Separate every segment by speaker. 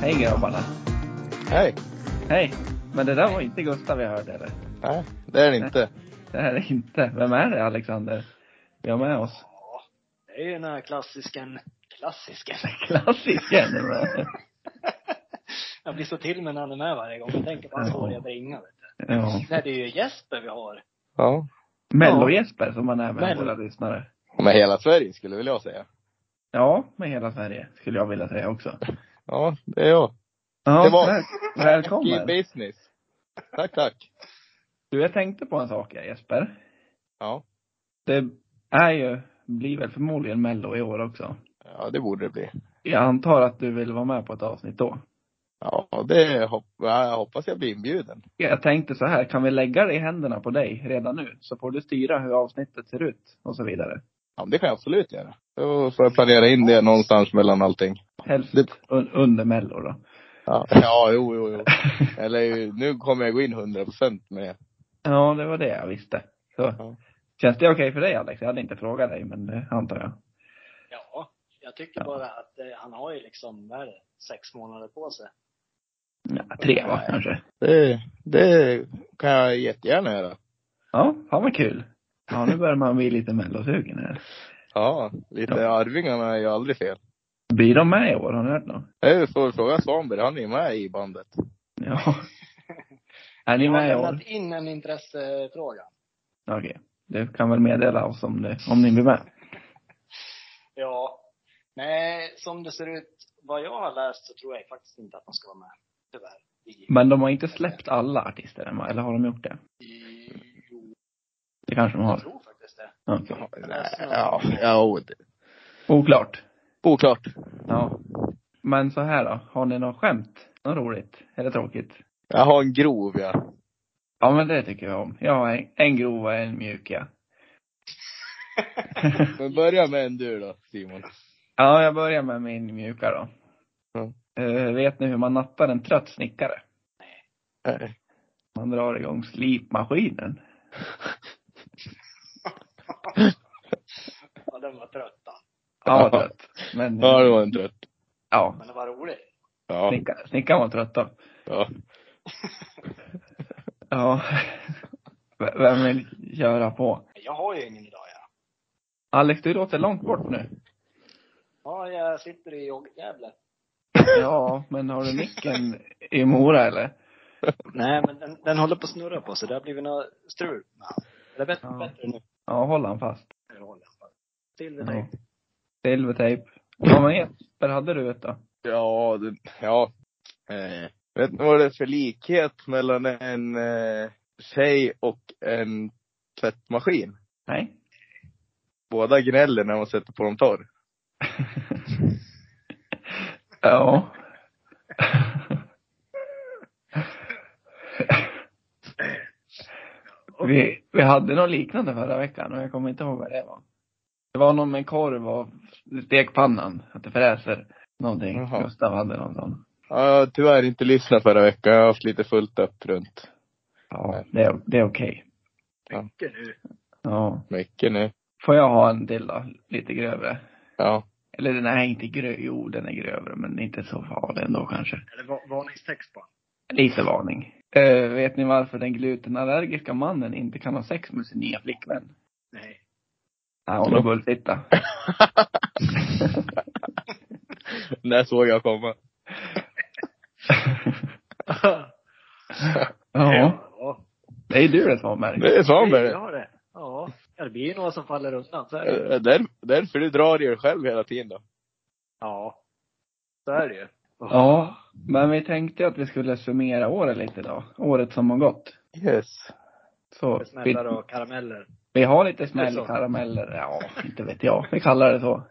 Speaker 1: Hej grabbarna.
Speaker 2: Hej!
Speaker 1: Hej. Men det där var inte Gustav jag hörde eller?
Speaker 2: Nej, det är det inte.
Speaker 1: Det här är inte. Vem är det Alexander? Vi har med oss.
Speaker 3: Ja, det är ju den här klassisken, klassisken.
Speaker 1: Klassiken.
Speaker 3: Jag blir så till mig när han är med varje gång. Jag tänker på hans håriga bringa. vet du.
Speaker 1: ja.
Speaker 3: Nej, det är ju Jesper vi har.
Speaker 2: Ja.
Speaker 1: Mello-Jesper som man är med
Speaker 3: Mello.
Speaker 1: våra lyssnare.
Speaker 2: Med hela Sverige skulle väl jag säga.
Speaker 1: Ja, med hela Sverige skulle jag vilja säga också.
Speaker 2: Ja, det är jag.
Speaker 1: Ja,
Speaker 2: Det var-
Speaker 1: väl,
Speaker 2: Keep
Speaker 1: välkommen.
Speaker 2: business. Tack, tack.
Speaker 1: Du, jag tänkte på en sak Jesper.
Speaker 2: Ja.
Speaker 1: Det är ju, blir väl förmodligen Mello i år också.
Speaker 2: Ja, det borde det bli.
Speaker 1: Jag antar att du vill vara med på ett avsnitt då.
Speaker 2: Ja, det hop- ja, jag hoppas jag blir inbjuden.
Speaker 1: Jag tänkte så här, kan vi lägga det i händerna på dig redan nu? Så får du styra hur avsnittet ser ut och så vidare.
Speaker 2: Ja, men det kan jag absolut göra. Då får jag planera in det någonstans mellan allting.
Speaker 1: Helst
Speaker 2: Det-
Speaker 1: un under Mello då.
Speaker 2: Ja, ja jo, jo, jo. Eller ju, nu kommer jag gå in 100 procent med det.
Speaker 1: Ja, det var det jag visste. Så.
Speaker 2: Ja.
Speaker 1: Känns det okej för dig Alex? Jag hade inte frågat dig, men det antar jag.
Speaker 3: Ja. Jag tycker
Speaker 1: Ja.
Speaker 3: bara att eh, han har ju liksom, vad är det, sex månader på sig.
Speaker 1: Ja, tre va,
Speaker 2: Nej.
Speaker 1: kanske.
Speaker 2: det. Det kan jag jättegärna göra.
Speaker 1: Ja, fan vad kul. Ja, nu börjar man bli lite mellosugen här.
Speaker 2: Ja, lite
Speaker 1: Ja.
Speaker 2: Arvingarna är ju aldrig fel.
Speaker 1: Blir de med i år? Har ni hört något?
Speaker 2: Jag får fråga Svanberg, han är ju med i bandet.
Speaker 1: Ja. Är ni
Speaker 3: Jag har
Speaker 1: med i år?
Speaker 3: lämnat in en intressefråga.
Speaker 1: Okej. Du kan väl meddela oss om, det, om ni blir med?
Speaker 3: Ja. Nej, som det ser ut, vad jag har läst så tror jag faktiskt inte att de ska vara med. Tyvärr. I,
Speaker 1: Men de har inte släppt alla artister än, va? eller har de gjort det?
Speaker 3: i, jo,
Speaker 1: Det kanske de
Speaker 3: jag
Speaker 1: har.
Speaker 3: tror faktiskt det.
Speaker 1: Okej.
Speaker 2: Ja, alltså. ja, det-
Speaker 1: Oklart.
Speaker 2: oklart.
Speaker 1: Ja. Men så här då, har ni något skämt? Något roligt? Eller tråkigt?
Speaker 2: Jag har en grov ja.
Speaker 1: Ja men det tycker jag om. Jag har en, en grov och en mjuk ja.
Speaker 2: Men börja med en du då Simon.
Speaker 1: ja, jag börjar med min mjuka då.
Speaker 2: Ja.
Speaker 1: Eh, vet ni hur man nattar en trött snickare?
Speaker 2: Nej.
Speaker 1: Man drar igång slipmaskinen.
Speaker 3: Ja, den var trötta.
Speaker 1: Ja, vad trött. Men,
Speaker 2: Ja,
Speaker 1: eh,
Speaker 2: det var en trött.
Speaker 1: ja,
Speaker 3: Men det var roligt.
Speaker 2: Ja.
Speaker 1: snicka- snickaren var trött då.
Speaker 2: ja.
Speaker 1: Ja. V- Vem vill köra på?
Speaker 3: Jag har ju ingen idag, ja.
Speaker 1: Alex, du låter långt bort nu.
Speaker 3: Ja, jag sitter i Gävle.
Speaker 1: Ja, men har du micken i Mora eller?
Speaker 3: Nej, men den, den håller på att snurra på sig. Det har blivit något strul med han. Det är bättre,
Speaker 1: Ja.
Speaker 3: bättre nu.
Speaker 1: Ja, håll han fast.
Speaker 3: Jag håller bara Till det
Speaker 1: Ja.
Speaker 3: där.
Speaker 1: Silvertejp. Ja men Jesper, hade du ett då?
Speaker 2: Ja, det, ja. Eh, vet ni vad det är för likhet mellan en eh, tjej och en tvättmaskin?
Speaker 1: Nej?
Speaker 2: Båda gnäller när man sätter på dem torr.
Speaker 1: Ja. vi, vi hade något liknande förra veckan och jag kommer inte ihåg vad det var. Det var någon med korv och stekpannan, att det fräser. Någonting.
Speaker 2: Jaha.
Speaker 1: Gustav hade någon sån.
Speaker 2: Ja, jag har tyvärr inte lyssnat förra veckan. Jag har haft lite fullt upp runt
Speaker 1: Ja, det är, det är okej.
Speaker 3: Mycket nu.
Speaker 1: Ja.
Speaker 2: mycket nu.
Speaker 1: Får jag ha en till då? Lite grövre.
Speaker 2: Ja.
Speaker 1: Eller den är inte grö, jo den är grövre men inte så farlig ändå kanske.
Speaker 3: Eller va- varningstext bara.
Speaker 1: Lite varning. Eh, vet ni varför den glutenallergiska mannen inte kan ha sex med sin nya flickvän?
Speaker 3: Nej.
Speaker 1: Nej, hon har bullfitta.
Speaker 2: När såg jag komma?
Speaker 1: ja. Det är du det Svanberg.
Speaker 2: Det är Svanberg.
Speaker 3: Jag har det. Ja. Ja, Det blir ju några som faller undan. Så är det. ju.
Speaker 2: Eh, Där, därför du drar dig själv hela tiden då.
Speaker 3: Ja. Så är det ju.
Speaker 1: Ja, men vi tänkte att vi skulle summera året lite då. Året som har gått.
Speaker 2: Yes.
Speaker 1: Så vi,
Speaker 3: Smällare och karameller.
Speaker 1: vi har lite smäll
Speaker 3: Det är så.
Speaker 1: karameller. Ja, inte vet jag. Vi kallar det så.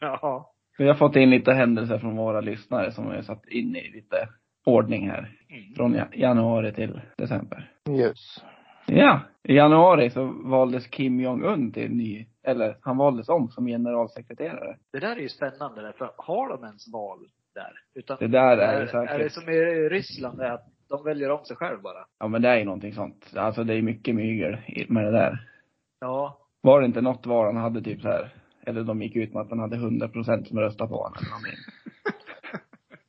Speaker 3: Ja.
Speaker 1: Vi har fått in lite händelser från våra lyssnare som vi har satt in i lite ordning här.
Speaker 3: Mm.
Speaker 1: Från ja- januari till december.
Speaker 2: Yes.
Speaker 1: Ja, i januari så valdes Kim Jong-Un till ny, eller han valdes om som generalsekreterare.
Speaker 3: Det där är ju spännande där, för har de ens val där? Utan
Speaker 1: Det där är ju
Speaker 3: är, är det
Speaker 1: säkert,
Speaker 3: som i Ryssland, är att de väljer om sig själv bara?
Speaker 1: ja men det är ju någonting sånt. Alltså det är mycket mygel i- med det där.
Speaker 3: Ja.
Speaker 1: Var det inte något val han hade typ så här, eller de gick ut med att han hade 100% som röstade på honom eller någonting.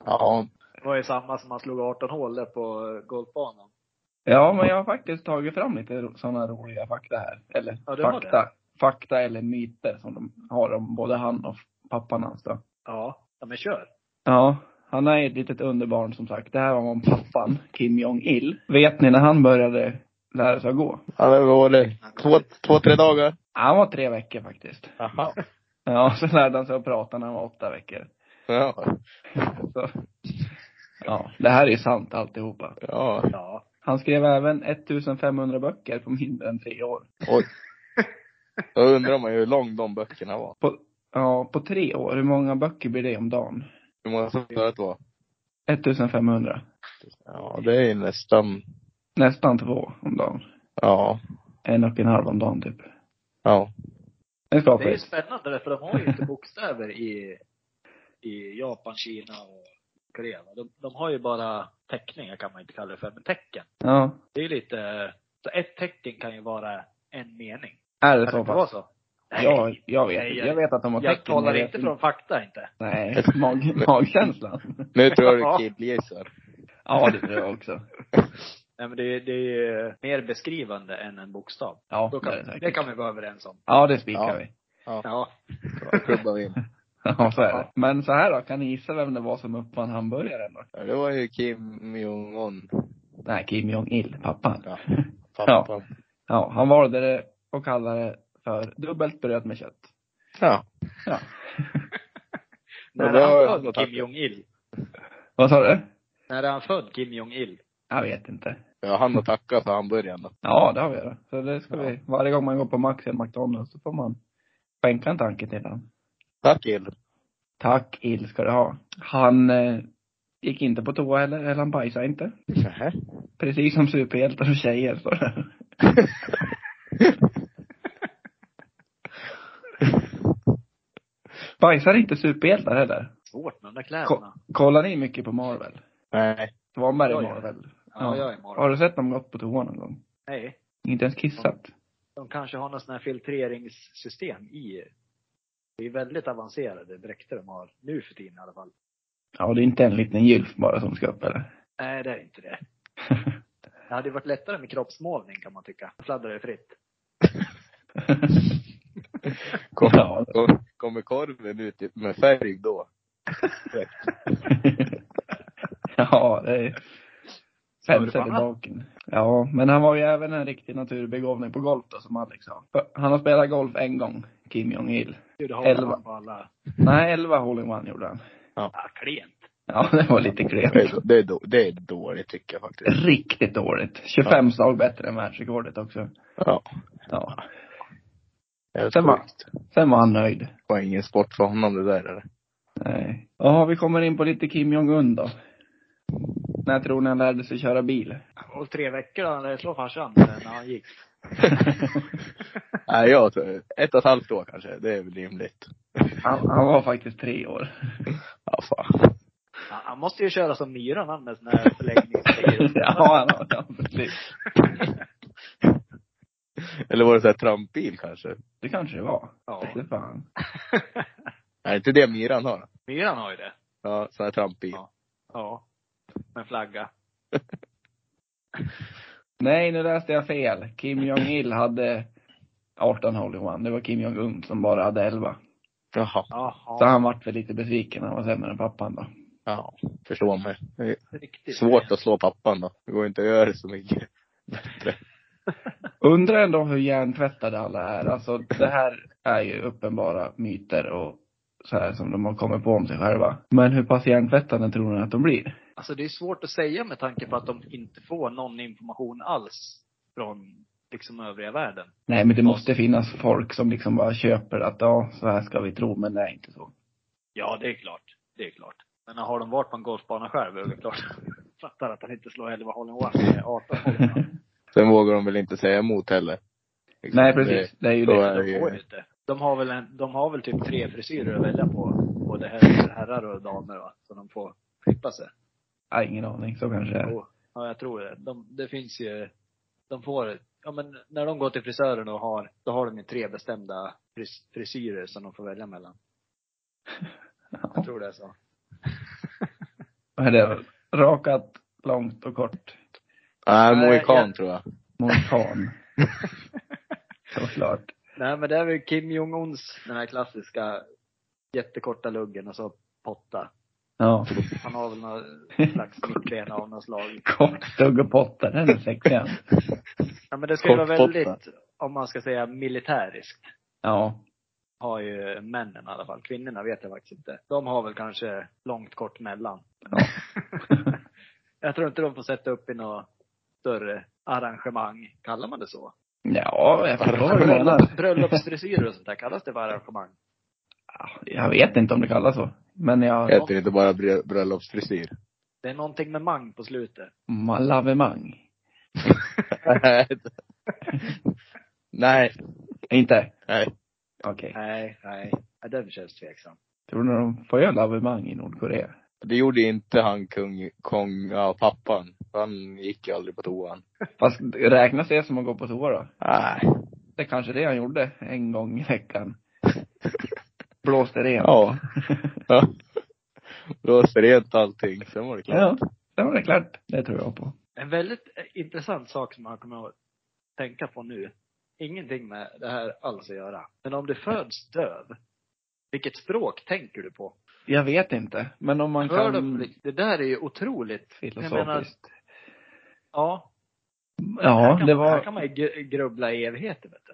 Speaker 2: Ja.
Speaker 3: Det var ju samma som han slog 18 hål där på golfbanan.
Speaker 1: Ja, men jag har faktiskt tagit fram lite sådana roliga fakta här. Eller
Speaker 3: Ja, du har
Speaker 1: fakta, fakta eller myter som de har om både han och pappan hans då.
Speaker 3: Ja, ja men kör.
Speaker 1: Ja, han är ett litet underbarn som sagt. Det här var om pappan, Kim Jong-Il. Vet ni när han började lära sig att gå?
Speaker 2: Han har varit två, två, tre dagar.
Speaker 1: Han var tre veckor faktiskt.
Speaker 2: Aha.
Speaker 1: Ja, så lärde han sig att prata när han var åtta veckor.
Speaker 2: Ja.
Speaker 1: Så. Ja, det här är ju sant alltihopa.
Speaker 2: Ja.
Speaker 3: Ja.
Speaker 1: Han skrev även 1500 böcker på mindre än tre år.
Speaker 2: Oj. Då undrar man ju hur lång de böckerna var.
Speaker 1: På, ja, på tre år, hur många böcker blir det om dagen?
Speaker 2: Hur många som det var.
Speaker 1: 1500.
Speaker 2: Ja, det är ju nästan,
Speaker 1: Nästan två om dagen.
Speaker 2: ja.
Speaker 1: En och en halv om dagen typ.
Speaker 2: Ja.
Speaker 1: En
Speaker 3: Det är ju
Speaker 1: skapelse.
Speaker 3: spännande för de har ju inte bokstäver i, i Japan, Kina och Korea. va? De, de har ju bara teckningar kan man inte kalla det för, men tecken.
Speaker 1: Ja.
Speaker 3: Det är ju lite, så ett tecken kan ju vara en mening.
Speaker 1: Är det
Speaker 3: Kan det
Speaker 1: så
Speaker 3: inte vara
Speaker 1: pass?
Speaker 3: så? Nej.
Speaker 1: Ja, jag vet.
Speaker 3: Nej, jag-
Speaker 1: jag vet att de har
Speaker 3: jag
Speaker 1: tecken.
Speaker 3: talar
Speaker 1: vet
Speaker 3: inte från fakta inte.
Speaker 1: Nej, mag, magkänslan.
Speaker 2: Nu tror jag
Speaker 3: Ja.
Speaker 2: du killgissar.
Speaker 1: Ja, det tror jag också.
Speaker 3: Nej men det, är- det är ju mer beskrivande än en bokstav.
Speaker 1: Ja,
Speaker 3: Då
Speaker 1: det,
Speaker 3: kan,
Speaker 1: är det
Speaker 3: det
Speaker 1: säkert.
Speaker 3: kan vi vara överens om.
Speaker 1: Ja, det spikar
Speaker 2: Ja.
Speaker 1: vi.
Speaker 3: Ja.
Speaker 2: Då klubbar vi in.
Speaker 1: Ja, så är det. Men så här då, kan ni gissa vem det var som uppfann hamburgaren då?
Speaker 2: Ja, det var ju Kim Jong-Un.
Speaker 1: Nej, Kim Jong-Il, pappan.
Speaker 2: Ja.
Speaker 1: Ja. Ja, han valde det och kallade det för dubbelt bröd med kött.
Speaker 2: ja.
Speaker 1: Ja.
Speaker 2: Ja,
Speaker 3: När
Speaker 2: det har jag
Speaker 3: han född
Speaker 2: noterat.
Speaker 3: Kim Jong-Il?
Speaker 1: Vad sa du?
Speaker 3: När han född Kim Jong-Il?
Speaker 1: Jag vet inte.
Speaker 2: Ja, han att tacka för hamburgaren då.
Speaker 1: Ja, det har vi då. Så det ska
Speaker 2: Ja.
Speaker 1: vi, varje gång man går på Max eller McDonalds så får man skänka en tanke till honom.
Speaker 2: Tack Il.
Speaker 1: Tack Il ska du ha. Han eh, gick inte på toa heller, eller han bajsade inte.
Speaker 2: Nähä.
Speaker 1: Precis som superhjältar och tjejer står det. Bajsar inte superhjältar heller?
Speaker 3: Svårt med de där
Speaker 1: Ko-
Speaker 3: kläderna.
Speaker 1: kollar ni mycket på Marvel?
Speaker 2: Nej.
Speaker 1: Svanberg är
Speaker 3: Ja, ja.
Speaker 1: Marvel.
Speaker 3: Ja,
Speaker 1: ja.
Speaker 3: jag är Marvel.
Speaker 1: Har du sett dem gått på toa någon gång?
Speaker 3: Nej.
Speaker 1: Inte ens kissat?
Speaker 3: De kanske har något sån här filtreringssystem i. Det är väldigt avancerade dräkter de har nu för tiden i alla fall.
Speaker 1: Ja, det är inte en liten gylf bara som ska upp eller?
Speaker 3: Nej, det är inte det. Det hade ju varit lättare med kroppsmålning kan man tycka. Fladdrar det fritt.
Speaker 2: Kom,
Speaker 1: Ja.
Speaker 2: kom, kommer korven ut med färg då?
Speaker 1: ja, det är
Speaker 3: Sa du
Speaker 1: pensel
Speaker 3: fan?
Speaker 1: i baken. Ja, men han var ju även en riktig naturbegåvning på golf då, som Alex sa. För Han har spelat golf en gång, Kim Jong-Il.
Speaker 3: Gud, det
Speaker 1: Elva.
Speaker 3: har man på alla.
Speaker 1: Nej, 11 hole-in-one gjorde han.
Speaker 3: Ah, klent.
Speaker 1: Ja, det var lite
Speaker 2: Det
Speaker 1: klent.
Speaker 2: är, det, är då, det är dåligt tycker jag faktiskt.
Speaker 1: Riktigt dåligt. 25 slag bättre än världsrekordet också.
Speaker 2: Ja.
Speaker 1: Ja.
Speaker 2: Helt
Speaker 1: Sen var,
Speaker 2: sjukt.
Speaker 1: sen var han nöjd.
Speaker 2: Det var ingen sport för honom det där eller?
Speaker 1: Nej. Jaha, vi kommer in på lite Kim Jong-Un då. När tror ni han lärde sig köra bil?
Speaker 3: Och tre veckor då, när slår farsan när han gick.
Speaker 2: Nej, jag tror, ett och ett halvt år kanske. Det är väl rimligt.
Speaker 1: Han, han var faktiskt tre år.
Speaker 2: Ja, fan.
Speaker 3: Han, han måste ju köra som myran han med sån här förlängningsgrejer.
Speaker 1: ja, han, ja, precis.
Speaker 2: Eller var det så här trampbil kanske?
Speaker 1: Det kanske det var.
Speaker 3: Ja.
Speaker 1: Vete fan.
Speaker 2: Nej, inte det myran har.
Speaker 3: Myran har ju det.
Speaker 2: Ja, sån här trampbil.
Speaker 3: Ja. Ja. Med flagga.
Speaker 1: Nej, nu läste jag fel. Kim Jong-Il hade 18 hole in one. Det var Kim Jong-Un som bara hade 11.
Speaker 2: Jaha.
Speaker 3: Jaha.
Speaker 1: Så han vart väl lite besviken. Han var sämre än pappan då.
Speaker 2: Ja, förstår mig. Det är
Speaker 3: Riktigt.
Speaker 2: svårt att slå pappan då. Det går inte att göra så mycket.
Speaker 1: Undrar ändå hur hjärntvättade alla är. Alltså det här är ju uppenbara myter och så här som de har kommit på om sig själva. Men hur pass hjärntvättade tror ni att de blir?
Speaker 3: Alltså det är svårt att säga med tanke på att de inte får någon information alls från liksom övriga världen.
Speaker 1: Nej men det måste finnas folk som liksom bara köper att ja, så här ska vi tro men det är inte så.
Speaker 3: Ja, det är klart. Det är klart. Men har de varit på en golfbana själv, är det klart. Fattar att han inte slår 11 hål in one med 18 hål.
Speaker 2: Sen vågar de väl inte säga emot heller. Liksom,
Speaker 1: Nej precis, det är ju
Speaker 2: då
Speaker 1: det.
Speaker 2: är det
Speaker 3: De får ju
Speaker 2: ju,
Speaker 3: inte. De har väl, en, de har väl typ tre frisyrer att välja på. Både herr- herrar och damer va. Så de får klippa sig.
Speaker 1: Nej, ingen aning, så kanske det är.
Speaker 3: Jo, ja, jag tror det. De, det finns ju, de får, ja men när de går till frisören och har, då har de ju tre bestämda fris, frisyrer som de får välja mellan.
Speaker 1: Ja.
Speaker 3: Jag tror det är så.
Speaker 1: Vad är det? rakat, långt och kort.
Speaker 2: Nej,
Speaker 3: Nej,
Speaker 2: mohikan
Speaker 3: jag-
Speaker 2: tror jag.
Speaker 1: Mohikan. Såklart.
Speaker 3: Nej, men det är väl Kim Jong-Uns, den här klassiska jättekorta luggen och så potta.
Speaker 1: Ja.
Speaker 3: Han har väl någon slags mittbena av något slag.
Speaker 1: Kort dugg och potta, den är sexig. han.
Speaker 3: Ja, men det ska ju vara
Speaker 2: Kort
Speaker 3: väldigt, om man ska säga militäriskt,
Speaker 1: Ja.
Speaker 3: har ju männen i alla fall. Kvinnorna vet jag faktiskt inte. De har väl kanske långt kort mellan.
Speaker 1: Ja.
Speaker 3: jag tror inte de får sätta upp i något större arrangemang. Kallar man det så?
Speaker 1: Ja, jag förstår vad du menar.
Speaker 3: Bröllopsfrisyrer och sånt där, kallas det för arrangemang?
Speaker 1: Jag vet inte om det kallas så. Men jag,
Speaker 2: Heter det inte bara brö- bröllopsfrisyr?
Speaker 3: Det är någonting med mang på slutet.
Speaker 1: lavemang.
Speaker 2: Nej.
Speaker 1: Inte?
Speaker 2: Nej.
Speaker 1: Okej.
Speaker 3: Nej, nej. Ja, Den känns tveksam.
Speaker 1: Tror ni de får göra lavemang i Nordkorea?
Speaker 2: Det gjorde inte han kung, kung, ja pappan. Han gick ju aldrig på toan.
Speaker 1: Fast räknas det som att gå på toa då?
Speaker 2: Nej.
Speaker 1: Det är kanske det han gjorde en gång i veckan. Blåste rent.
Speaker 2: Ja. ja. Blåste rent allting, sen var det klart.
Speaker 1: Ja, det var det klart. Det tror jag på.
Speaker 3: En väldigt eh, intressant sak som man kommer att tänka på nu. Ingenting med det här alls att göra. Men om du föds döv, vilket språk tänker du på?
Speaker 1: Jag vet inte. Men om man
Speaker 3: Hör
Speaker 1: kan...
Speaker 3: de, det där är ju otroligt.
Speaker 1: Filosofiskt.
Speaker 3: Jag menar- Ja. här
Speaker 1: ja,
Speaker 3: kan,
Speaker 1: det
Speaker 3: Här
Speaker 1: var...
Speaker 3: kan man ju gr- grubbla i evigheter, vet du.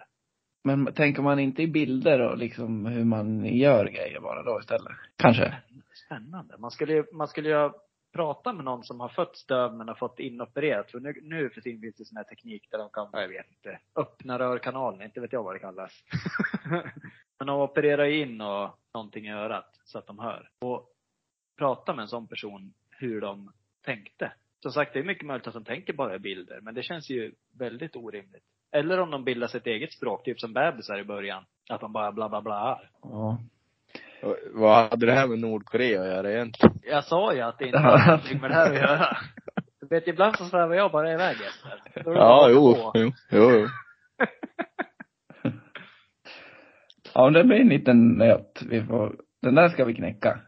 Speaker 1: Men tänker man inte i bilder och liksom hur man gör grejer bara då istället? Kanske.
Speaker 3: Spännande. Man skulle ju, man skulle ju prata med någon som har fötts döv men har fått inopererat. För nu, nu för tiden finns det sån här teknik där de kan, jag vet inte, öppna rörkanalen. Inte vet jag vad det kallas. men de opererar ju in och någonting i örat så att de hör. Och prata med en sån person hur de tänkte. Som sagt, det är mycket möjligt att de tänker bara i bilder, men det känns ju väldigt orimligt. Eller om de bildar sitt eget språk, typ som bebisar i början. Att de bara bla bla bla.
Speaker 1: Ja.
Speaker 2: Och Vad hade det här med Nordkorea att göra egentligen?
Speaker 3: Jag sa ju att det inte har någonting med det här att göra. Du vet, ibland så svävar jag bara iväg efter. Då är det
Speaker 2: Ja,
Speaker 3: bara
Speaker 2: jo,
Speaker 3: på.
Speaker 2: jo, jo, jo.
Speaker 1: Ja, men det blir en liten nöt. Vi får... Den där ska vi knäcka.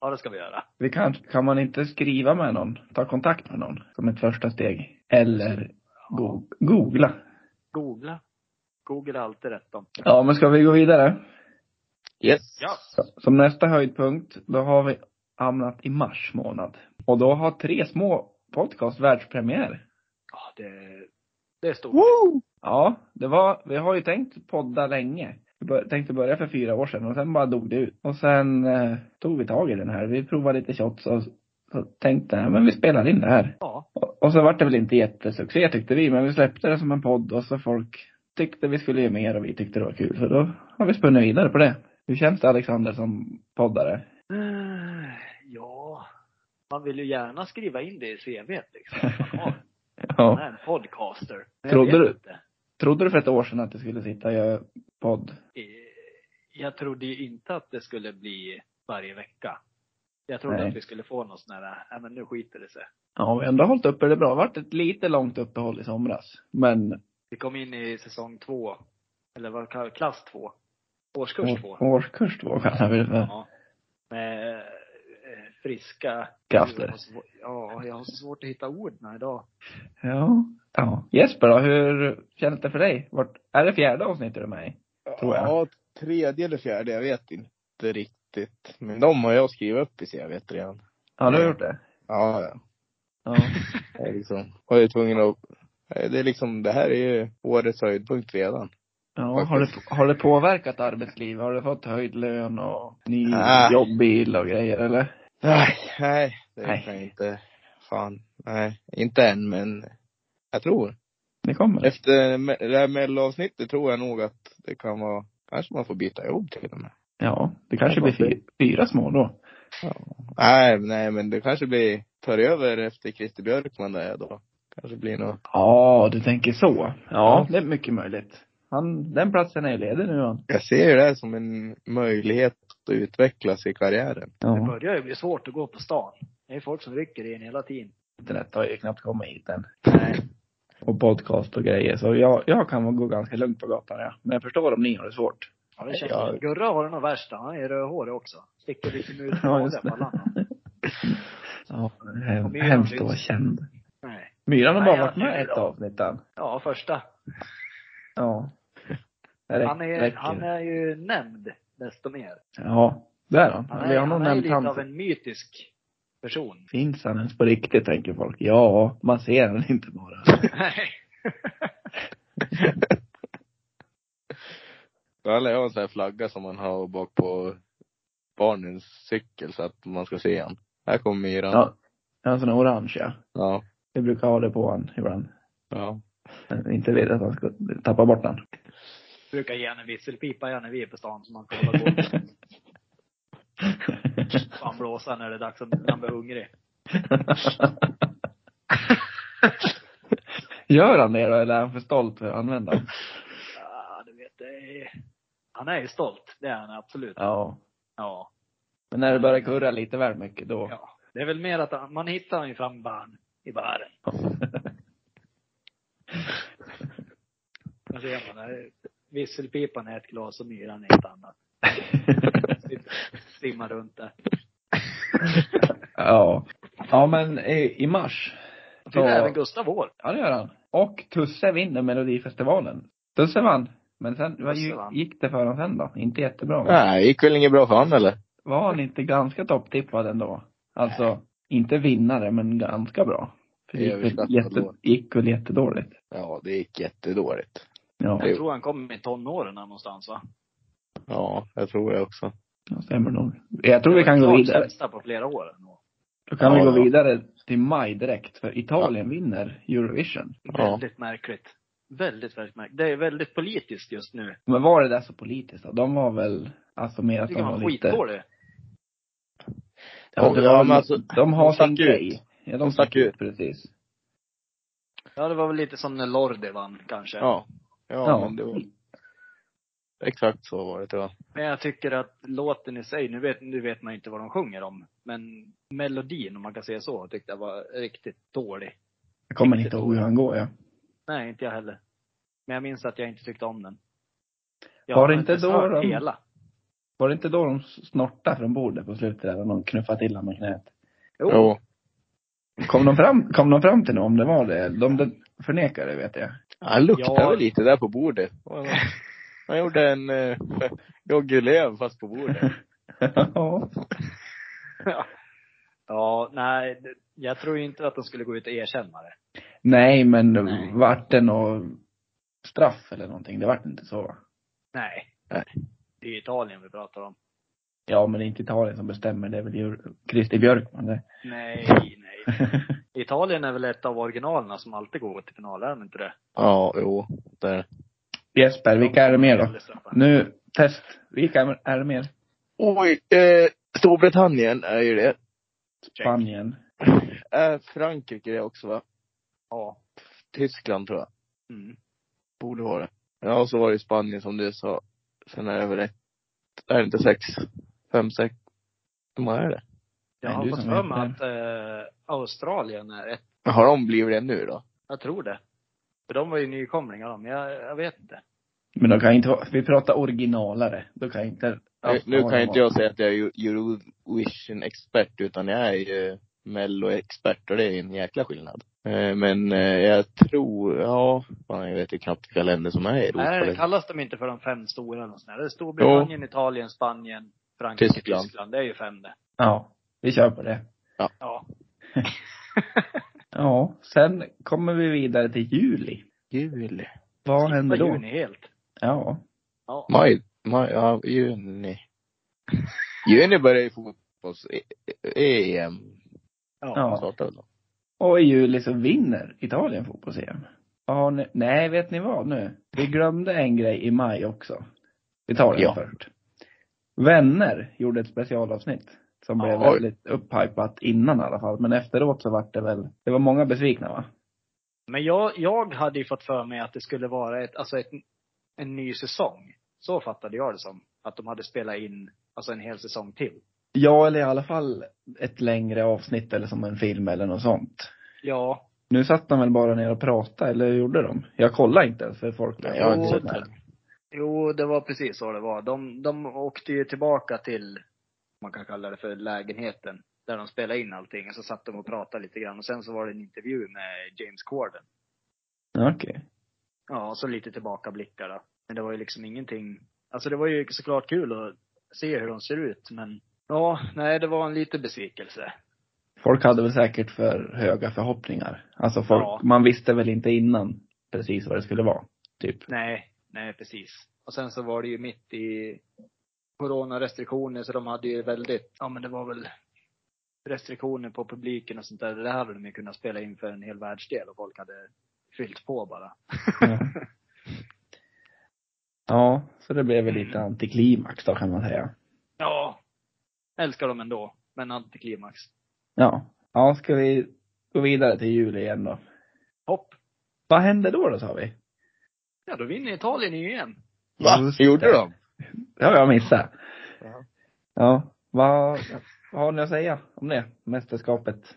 Speaker 3: Ja, det ska vi göra.
Speaker 1: Vi kan, kan man inte skriva med någon, ta kontakt med någon som ett första steg? Eller go googla.
Speaker 3: Googla. Google är alltid rätt om.
Speaker 1: Ja, men ska vi gå vidare?
Speaker 2: Yes.
Speaker 3: Ja.
Speaker 1: Som nästa höjdpunkt, då har vi hamnat i mars månad. Och då har tre små podcast världspremiär.
Speaker 3: Ja, det, det är stort.
Speaker 2: Woo!
Speaker 1: Ja, det var, vi har ju tänkt podda länge. Vi bör, tänkte börja för fyra år sedan och sen bara dog det ut. Och sen eh, tog vi tag i den här. Vi provade lite shots och så tänkte jag, men vi spelar in det här.
Speaker 3: Ja.
Speaker 1: Och, och så vart det väl inte jättesuccé tyckte vi, men vi släppte det som en podd och så folk tyckte vi skulle göra mer och vi tyckte det var kul. Så då har vi spunnit vidare på det. Hur känns det Alexander som poddare?
Speaker 3: Eh, Ja. Man vill ju gärna skriva in det i CVt liksom. Man har- man
Speaker 1: Ja.
Speaker 3: är en podcaster. Men jag
Speaker 1: Trodde
Speaker 3: vet
Speaker 1: du-
Speaker 3: inte.
Speaker 1: Trodde du för ett år sedan att du skulle sitta och göra podd?
Speaker 3: Eh, Jag trodde ju inte att det skulle bli varje vecka. Jag trodde
Speaker 1: Nej.
Speaker 3: att vi skulle få någon sån här, nej men nu skiter det sig.
Speaker 1: Ja, vi har ändå hållit uppe det bra. Det har varit ett lite långt uppehåll i somras. Men
Speaker 3: Vi kom in i säsong två. Eller vad kallar vi klass två? Årskurs två.
Speaker 1: å- årskurs två kallar vi det för.
Speaker 3: Ja. Med eh, friska...
Speaker 1: Krafter.
Speaker 3: Jag har så- Ja, jag har så svårt att hitta orden idag.
Speaker 1: Ja. ja. Jesper då, hur känns det för dig? Vart, är det fjärde avsnittet du är med i? Tror jag.
Speaker 2: Ja, tredje eller fjärde, jag vet inte riktigt. Men de har jag skrivit upp i CVt redan.
Speaker 1: Ja, du har gjort det?
Speaker 2: Ja, ja.
Speaker 1: Ja.
Speaker 2: Jag är liksom, jag är tvungen att, det är liksom, det här är ju årets höjdpunkt redan.
Speaker 1: ja har, det, har det påverkat arbetslivet? Har du fått höjd lön och ny
Speaker 2: Ah.
Speaker 1: jobbbil och grejer eller?
Speaker 2: Nej, nej, det
Speaker 1: Nej.
Speaker 2: kan jag inte. Fan, nej, inte än men jag tror.
Speaker 1: Det kommer?
Speaker 2: Efter me- det här mellanavsnittet tror jag nog att det kan vara, kanske man får byta jobb till och med.
Speaker 1: Ja, det kanske blir fy, fyra små då.
Speaker 2: Nej, nej men det kanske blir, tar över efter Christer Björkman där då. Kanske blir något.
Speaker 1: Ja, du tänker så. Ja, det är mycket möjligt. Han, den platsen är ju ledig nu han.
Speaker 2: Jag ser ju det här som en möjlighet att utvecklas i karriären.
Speaker 3: Det
Speaker 1: Ja.
Speaker 3: börjar ju bli svårt att gå på stan. Det är folk som rycker i en hela tiden.
Speaker 1: Internet har ju knappt kommit hit än.
Speaker 3: Nej.
Speaker 1: Och podcast och grejer. Så jag, jag kan gå ganska lugnt på gatan ja. Men jag förstår om ni har det svårt.
Speaker 3: Ja, det känns
Speaker 2: Ja.
Speaker 3: ja. Gurra har det nog värsta. Han är rödhårig också. Sticker liksom ut
Speaker 1: Ja,
Speaker 3: ja,
Speaker 1: just det.
Speaker 3: på alla andra.
Speaker 1: Ja. Ja, hem,
Speaker 3: Och Myran
Speaker 1: hemskt
Speaker 3: syns.
Speaker 1: okänd.
Speaker 3: Nej.
Speaker 1: Myran har
Speaker 3: Nej,
Speaker 1: bara varit
Speaker 3: han är
Speaker 1: med
Speaker 3: ju
Speaker 1: ett
Speaker 3: bra.
Speaker 1: avsnitt han.
Speaker 3: Ja, första.
Speaker 1: Ja. Det räck-
Speaker 3: Han är,
Speaker 1: räcker.
Speaker 3: han är ju nämnd desto mer.
Speaker 1: Ja, det är han.
Speaker 3: Han
Speaker 1: Vi
Speaker 3: är,
Speaker 1: har nog
Speaker 3: han är ju
Speaker 1: nämnt
Speaker 3: lite
Speaker 1: hans
Speaker 3: av en mytisk person.
Speaker 1: Finns han ens på riktigt, tänker folk. Ja, man ser han inte bara.
Speaker 3: Nej.
Speaker 2: Han har en sån här flagga som man har bak på barnens cykel så att man ska se han. Här kommer myran.
Speaker 1: Ja. En sån här orange, ja.
Speaker 2: Ja.
Speaker 1: Vi brukar ha det på han ibland.
Speaker 2: ja.
Speaker 1: Men Inte vill att han ska tappa bort den.
Speaker 3: Brukar ge henne en visselpipa gärna vi är på stan som man kollar på. Fan blåsa när det är dags att när han blir hungrig.
Speaker 1: Gör han det då, eller är han för stolt för att använda den?
Speaker 3: Ja, Ah, du vet, det är... Han är ju stolt. Det är han absolut.
Speaker 1: Ja.
Speaker 3: Ja.
Speaker 1: Men när det börjar kurra lite väl mycket, då.
Speaker 3: ja. Det är väl mer att han, man hittar han ju fram barn i baren. Då ser man, eh, visselpipan är ett glas och myran är ett annat. Simmar runt där.
Speaker 1: ja. Ja, men i, i mars.
Speaker 3: Det är även
Speaker 1: Så,
Speaker 3: Gustav Wåhl.
Speaker 1: ja, det gör han. Och Tusse vinner Melodifestivalen. Tusse vann. Men sen, vad
Speaker 3: Tusse
Speaker 1: ju-
Speaker 3: vann.
Speaker 1: gick det för honom sen då? Inte jättebra. va?
Speaker 2: Nej, gick väl inget bra för han eller?
Speaker 1: Var han inte ganska topptippad ändå? Alltså, inte vinnare, men ganska bra. För det gick väl,
Speaker 2: Överskattad
Speaker 1: jätte,
Speaker 2: låt.
Speaker 1: gick väl jättedåligt.
Speaker 2: Ja, det gick jättedåligt.
Speaker 1: Ja,
Speaker 2: Jo.
Speaker 3: Jag tror han kom i tonåren här någonstans va?
Speaker 2: Ja, jag tror det också.
Speaker 1: det stämmer nog. Jag tror vi kan
Speaker 3: Det
Speaker 1: gå
Speaker 3: var
Speaker 1: vidare.
Speaker 3: sämsta på flera år. ändå.
Speaker 1: Då kan vi
Speaker 2: Ja,
Speaker 1: gå
Speaker 2: ja.
Speaker 1: vidare till maj direkt, för Italien vinner Eurovision.
Speaker 2: Ja.
Speaker 3: Väldigt märkligt. Väldigt, väldigt märkligt. Det är väldigt politiskt just nu.
Speaker 1: Men var det där så politiskt då? De var väl, alltså mer
Speaker 3: Jag
Speaker 1: att
Speaker 3: tycker
Speaker 1: de var
Speaker 3: man
Speaker 1: lite...
Speaker 3: skitdålig.
Speaker 1: Ja, det
Speaker 2: Ja,
Speaker 1: var,
Speaker 2: men alltså,
Speaker 1: de har
Speaker 2: de stack
Speaker 1: sin
Speaker 2: ut.
Speaker 1: grej. Ja, de stack
Speaker 2: stack ut.
Speaker 1: ut precis.
Speaker 3: Ja, det var väl lite som när Lorde vann kanske.
Speaker 2: Ja. Ja, men det var exakt så var det tror jag.
Speaker 3: Men jag tycker att låten i sig, nu vet, nu vet man ju inte vad de sjunger om, men melodin om man kan säga så, tyckte jag var riktigt dålig.
Speaker 1: Jag kommer inte ihåg hur han går, ja.
Speaker 3: Nej, inte jag heller. Men jag minns att jag inte tyckte om den.
Speaker 1: Var
Speaker 3: har
Speaker 1: det
Speaker 3: nog
Speaker 1: inte då
Speaker 3: hört
Speaker 1: de-
Speaker 3: hela.
Speaker 1: Var det inte då de snortade från bordet på slutet där och någon knuffade till honom med knät?
Speaker 3: Jo.
Speaker 1: Kom de fram, kom de fram till något om det var det? De, de förnekade det vet jag.
Speaker 2: Han luktade
Speaker 3: Ja.
Speaker 2: väl lite där på bordet. Han- Han gjorde en eh, Joggig Lööf fast på bordet.
Speaker 1: ja.
Speaker 3: Ja, nej, det- jag tror ju inte att de skulle gå ut och erkänna det.
Speaker 1: Nej, men
Speaker 3: Nej.
Speaker 1: vart det något straff eller någonting? Det vart inte så va?
Speaker 3: Nej.
Speaker 2: Nej.
Speaker 3: Det är Italien vi pratar om.
Speaker 1: Ja, men det är inte Italien som bestämmer. Det är väl Jur- Christer Björkman det.
Speaker 3: Nej, nej. Italien är väl ett av originalerna som alltid går till final, är de inte det?
Speaker 2: Ja, jo. Där.
Speaker 1: Jesper, vilka är det mer då?
Speaker 3: Nu.
Speaker 1: Nu, test. Vilka är- är det mer?
Speaker 2: Oj, eh, Storbritannien är ju det.
Speaker 1: Spanien.
Speaker 2: Är Frankrike det också va?
Speaker 3: Ja.
Speaker 2: Tyskland tror jag.
Speaker 3: Mm.
Speaker 2: Borde vara det. Ja, och så var det Spanien som du sa. Sen är det väl ett, är det inte sex, fem, sex, hur många är det?
Speaker 3: Jag
Speaker 1: Nej,
Speaker 3: har
Speaker 1: du
Speaker 3: fått
Speaker 1: som
Speaker 3: för
Speaker 1: vet
Speaker 3: mig att eh, Australien är ett.
Speaker 2: Har de blivit det nu då?
Speaker 3: Jag tror det. För de var ju nykomlingar de. Jag, jag vet inte.
Speaker 1: Men de kan inte vara- vi pratar originalare. Då kan inte
Speaker 2: Nu- nu kan
Speaker 1: Australien
Speaker 2: inte jag säga att jag är Eu- Eurovision-expert, utan jag är ju Mello-expert och det är en jäkla skillnad. Eh, Men eh, jag tror, ja, fan, jag vet ju knappt vilka länder som är i Europa.
Speaker 3: Nej, det
Speaker 2: längre.
Speaker 3: kallas de inte för de fem stora eller nåt sånt där. Det är Storbritannien, Italien, Spanien, Frankrike,
Speaker 2: Tyskland.
Speaker 3: Tyskland. Det är ju fem det.
Speaker 1: Ja, vi kör på det.
Speaker 3: Ja.
Speaker 1: Ja, sen kommer vi vidare till juli.
Speaker 2: Juli.
Speaker 1: Vad händer
Speaker 3: Skippa
Speaker 1: då?
Speaker 3: juni helt.
Speaker 1: Ja.
Speaker 3: Ja.
Speaker 2: Maj, maj, ja, juni. juni börjar ju E- fotbolls-EM.
Speaker 1: Ja.
Speaker 2: Startar väl då?
Speaker 1: Och i juli så vinner Italien fotbolls-EM. Vad har ni- Nej, vet ni vad nu? Vi glömde en grej i maj också. Vi tar den
Speaker 2: Ja.
Speaker 1: först. Vänner gjorde ett specialavsnitt som blev
Speaker 2: Ja.
Speaker 1: väldigt upphypat innan i alla fall. Men efteråt så vart det väl, det var många besvikna va?
Speaker 3: Men jag, jag hade ju fått för mig att det skulle vara ett, alltså ett, en ny säsong. Så fattade jag det som. Att de hade spelat in, alltså en hel säsong till.
Speaker 1: Ja, eller i alla fall ett längre avsnitt eller som en film eller något sånt.
Speaker 3: Ja.
Speaker 1: Nu satt de väl bara ner och pratade, eller hur gjorde de? Jag kollade inte ens för folk
Speaker 2: Nej, jag har inte
Speaker 1: Jo,
Speaker 2: sett det.
Speaker 3: Jo, det var precis så det var. De, de åkte ju tillbaka till, man kan kalla det för lägenheten. Där de spelade in allting och så satt de och pratade lite grann. Och sen så var det en intervju med James Corden.
Speaker 1: Ja, Okej.
Speaker 3: Ja, och så lite tillbakablickar då. Men det var ju liksom ingenting. Alltså det var ju såklart kul att se hur de ser ut, men ja, nej, det var en liten besvikelse.
Speaker 1: Folk hade väl säkert för höga förhoppningar. Alltså folk,
Speaker 3: Ja.
Speaker 1: man visste väl inte innan precis vad det skulle vara. Typ.
Speaker 3: Nej, nej precis. Och sen så var det ju mitt i coronarestriktioner, så de hade ju väldigt, ja men det var väl restriktioner på publiken och sånt där. Det där hade de ju kunnat spela in för en hel världsdel och folk hade fyllt på bara.
Speaker 1: Ja. ja, så det blev väl lite antiklimax då kan man säga.
Speaker 3: Ja. Älskar dem ändå, men antiklimax.
Speaker 1: Ja. Ja, ska vi gå vidare till jul igen då?
Speaker 3: Hopp.
Speaker 1: Vad hände då då sa vi?
Speaker 3: Ja, då vinner Italien i EM.
Speaker 2: Va? Gjorde de?
Speaker 1: Det har jag missat.
Speaker 2: Ja.
Speaker 1: Ja, vad, vad har ni att säga om det? Mästerskapet?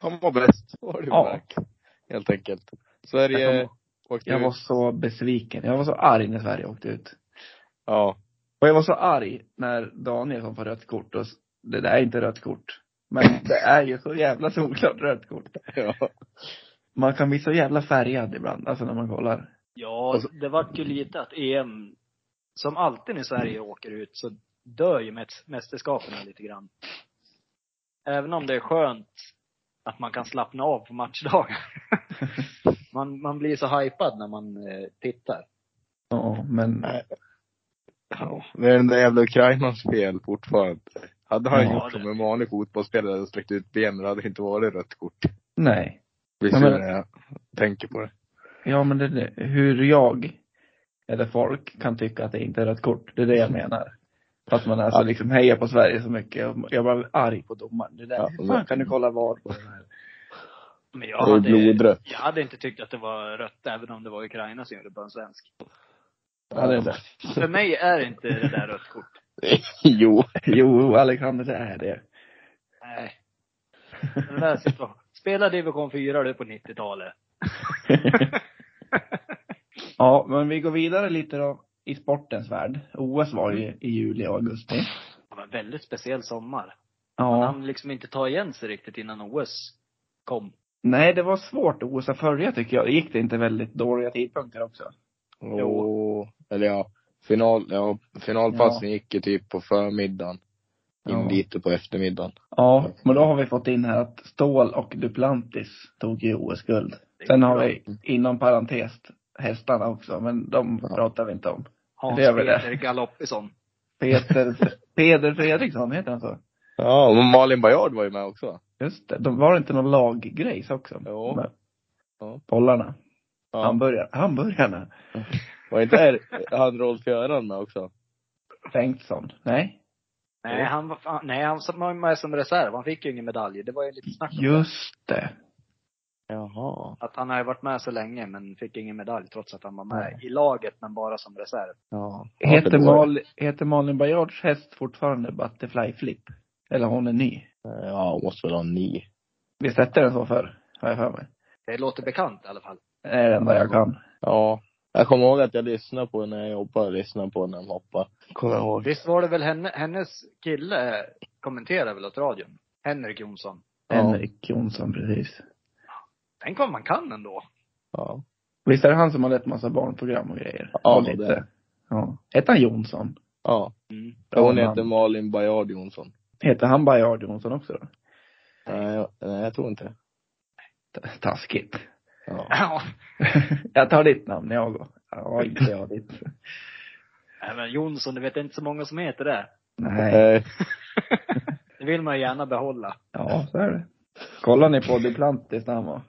Speaker 2: De var bäst. Då Var det
Speaker 1: Ja.
Speaker 2: ja. Helt enkelt. Sverige
Speaker 1: Jag
Speaker 2: åkte
Speaker 1: Jag
Speaker 2: ut.
Speaker 1: var så besviken. Jag var så arg när Sverige åkte ut.
Speaker 2: Ja.
Speaker 1: Och jag var så arg när Danielsson får rött kort och s- det där är inte rött kort. Men det är ju så jävla solklart rött kort.
Speaker 2: ja.
Speaker 1: Man kan bli så jävla färgad ibland, alltså när man kollar.
Speaker 3: Ja, det vart ju lite att EM, som alltid när Sverige åker ut, så dör ju mäts- mästerskapen lite grann. Även om det är skönt att man kan slappna av på matchdagar. man, man blir så hypad när man eh, tittar.
Speaker 1: Ja, men
Speaker 2: Nej. Ja. Det är den där jävla Ukrainans fel fortfarande. Hade han
Speaker 1: Ja,
Speaker 2: gjort
Speaker 3: det-
Speaker 2: som en vanlig fotbollsspelare och sträckt ut benen, det hade inte varit rött kort.
Speaker 1: nej.
Speaker 2: Visst
Speaker 1: men-
Speaker 2: är det när jag tänker på det.
Speaker 1: Ja, men det, är det, hur jag eller folk kan tycka att det inte är rött kort. Det är det jag menar. Fast man alltså
Speaker 2: Ja.
Speaker 1: liksom hejar på Sverige så mycket. och Jag var arg på domaren. Det där,
Speaker 2: Ja,
Speaker 1: hur fan kan du kolla VAR på den här?
Speaker 3: Men
Speaker 2: Det
Speaker 3: jag
Speaker 2: var ju
Speaker 3: hade,
Speaker 2: blodrött.
Speaker 3: jag hade inte tyckt att det var rött, även om det var Ukraina som gjorde det på en svensk.
Speaker 1: Ja, det är det.
Speaker 3: För mig är inte det där rött kort.
Speaker 2: jo.
Speaker 1: Jo, Alexander, det är det.
Speaker 3: Nej. Den där situationen. Spela division 4 du på 90-talet.
Speaker 1: ja, men vi går vidare lite då i sportens värld. OS var ju i juli och augusti.
Speaker 3: Det var en väldigt speciell sommar. Man
Speaker 1: Ja.
Speaker 3: hann liksom inte ta igen sig riktigt innan OS kom.
Speaker 1: Nej, det var svårt OS att följa tycker jag. Gick det inte väldigt dåliga tidpunkter också?
Speaker 2: Åh. Eller ja, final, ja, finalpassen gick ju typ på förmiddagen. In
Speaker 1: Ja.
Speaker 2: dit på eftermiddagen.
Speaker 1: Ja, men då har vi fått in här att Ståhl och Duplantis tog ju OS-guld. Sen har vi inom parentes hästarna också, men de
Speaker 2: Ja.
Speaker 1: pratar vi inte om. det gör vi det.
Speaker 3: Hans-Peter Galoppisson.
Speaker 1: Peter, Peder Fredriksson heter han så?
Speaker 2: Ja, och Malin Bajard var ju med också.
Speaker 1: Just det. De var det inte någon laggrejs också?
Speaker 2: Jo.
Speaker 1: Med
Speaker 2: Ja.
Speaker 1: Bollarna.
Speaker 2: Ja.
Speaker 1: Hamburgare, hamburgarna.
Speaker 2: Var inte här, hade Rolf-Göran med också?
Speaker 1: Bengtsson. Nej.
Speaker 3: Nej, han var, fan- nej, han var med som reserv. Han fick ju ingen medalj. Det var ju lite snack om det.
Speaker 1: Just det.
Speaker 2: Jaha.
Speaker 3: Att han har ju varit med så länge men fick ingen medalj trots att han var med i laget men bara som reserv.
Speaker 2: Ja.
Speaker 1: Heter,
Speaker 2: för då-
Speaker 1: Mal, heter Malin Bajards häst fortfarande Butterfly Flip? Eller hon är ny?
Speaker 2: Ja, hon måste väl ha nio.
Speaker 1: Visst hette den så förr? Har jag för mig.
Speaker 3: Det låter bekant i alla fall.
Speaker 1: Det är det enda jag kan.
Speaker 2: Ja. Jag kommer ihåg att jag lyssnade på när jag jobbade, lyssnade på när de hoppade. Kommer jag ihåg.
Speaker 3: Visst var det väl henne, hennes kille eh, kommenterade väl åt radion? Henrik Jonsson.
Speaker 2: Ja.
Speaker 1: Henrik Jonsson, precis.
Speaker 3: Tänk vad man kan ändå.
Speaker 2: Ja.
Speaker 1: Visst är det han som har lett massa barnprogram och grejer?
Speaker 2: Ja,
Speaker 1: Och
Speaker 2: det är
Speaker 1: lite-
Speaker 2: det.
Speaker 1: Ja. Hette han Jonsson?
Speaker 2: Ja.
Speaker 3: Mm.
Speaker 2: ja hon
Speaker 1: Ja,
Speaker 2: heter
Speaker 1: man.
Speaker 2: Malin Bajard Jonsson.
Speaker 1: Heter han Bajard Jonsson också då?
Speaker 2: Nej, jag, nej, jag tror inte
Speaker 1: T- Taskigt.
Speaker 2: Ja.
Speaker 3: Ja.
Speaker 1: jag tar ditt namn när jag går. Ja, inte jag ditt.
Speaker 3: Nej, men Jonsson, det vet inte så många som heter det.
Speaker 1: Nej.
Speaker 2: Eh,
Speaker 3: Det vill man ju gärna behålla.
Speaker 1: Ja, så är det. Kollar ni på Duplantis när han var?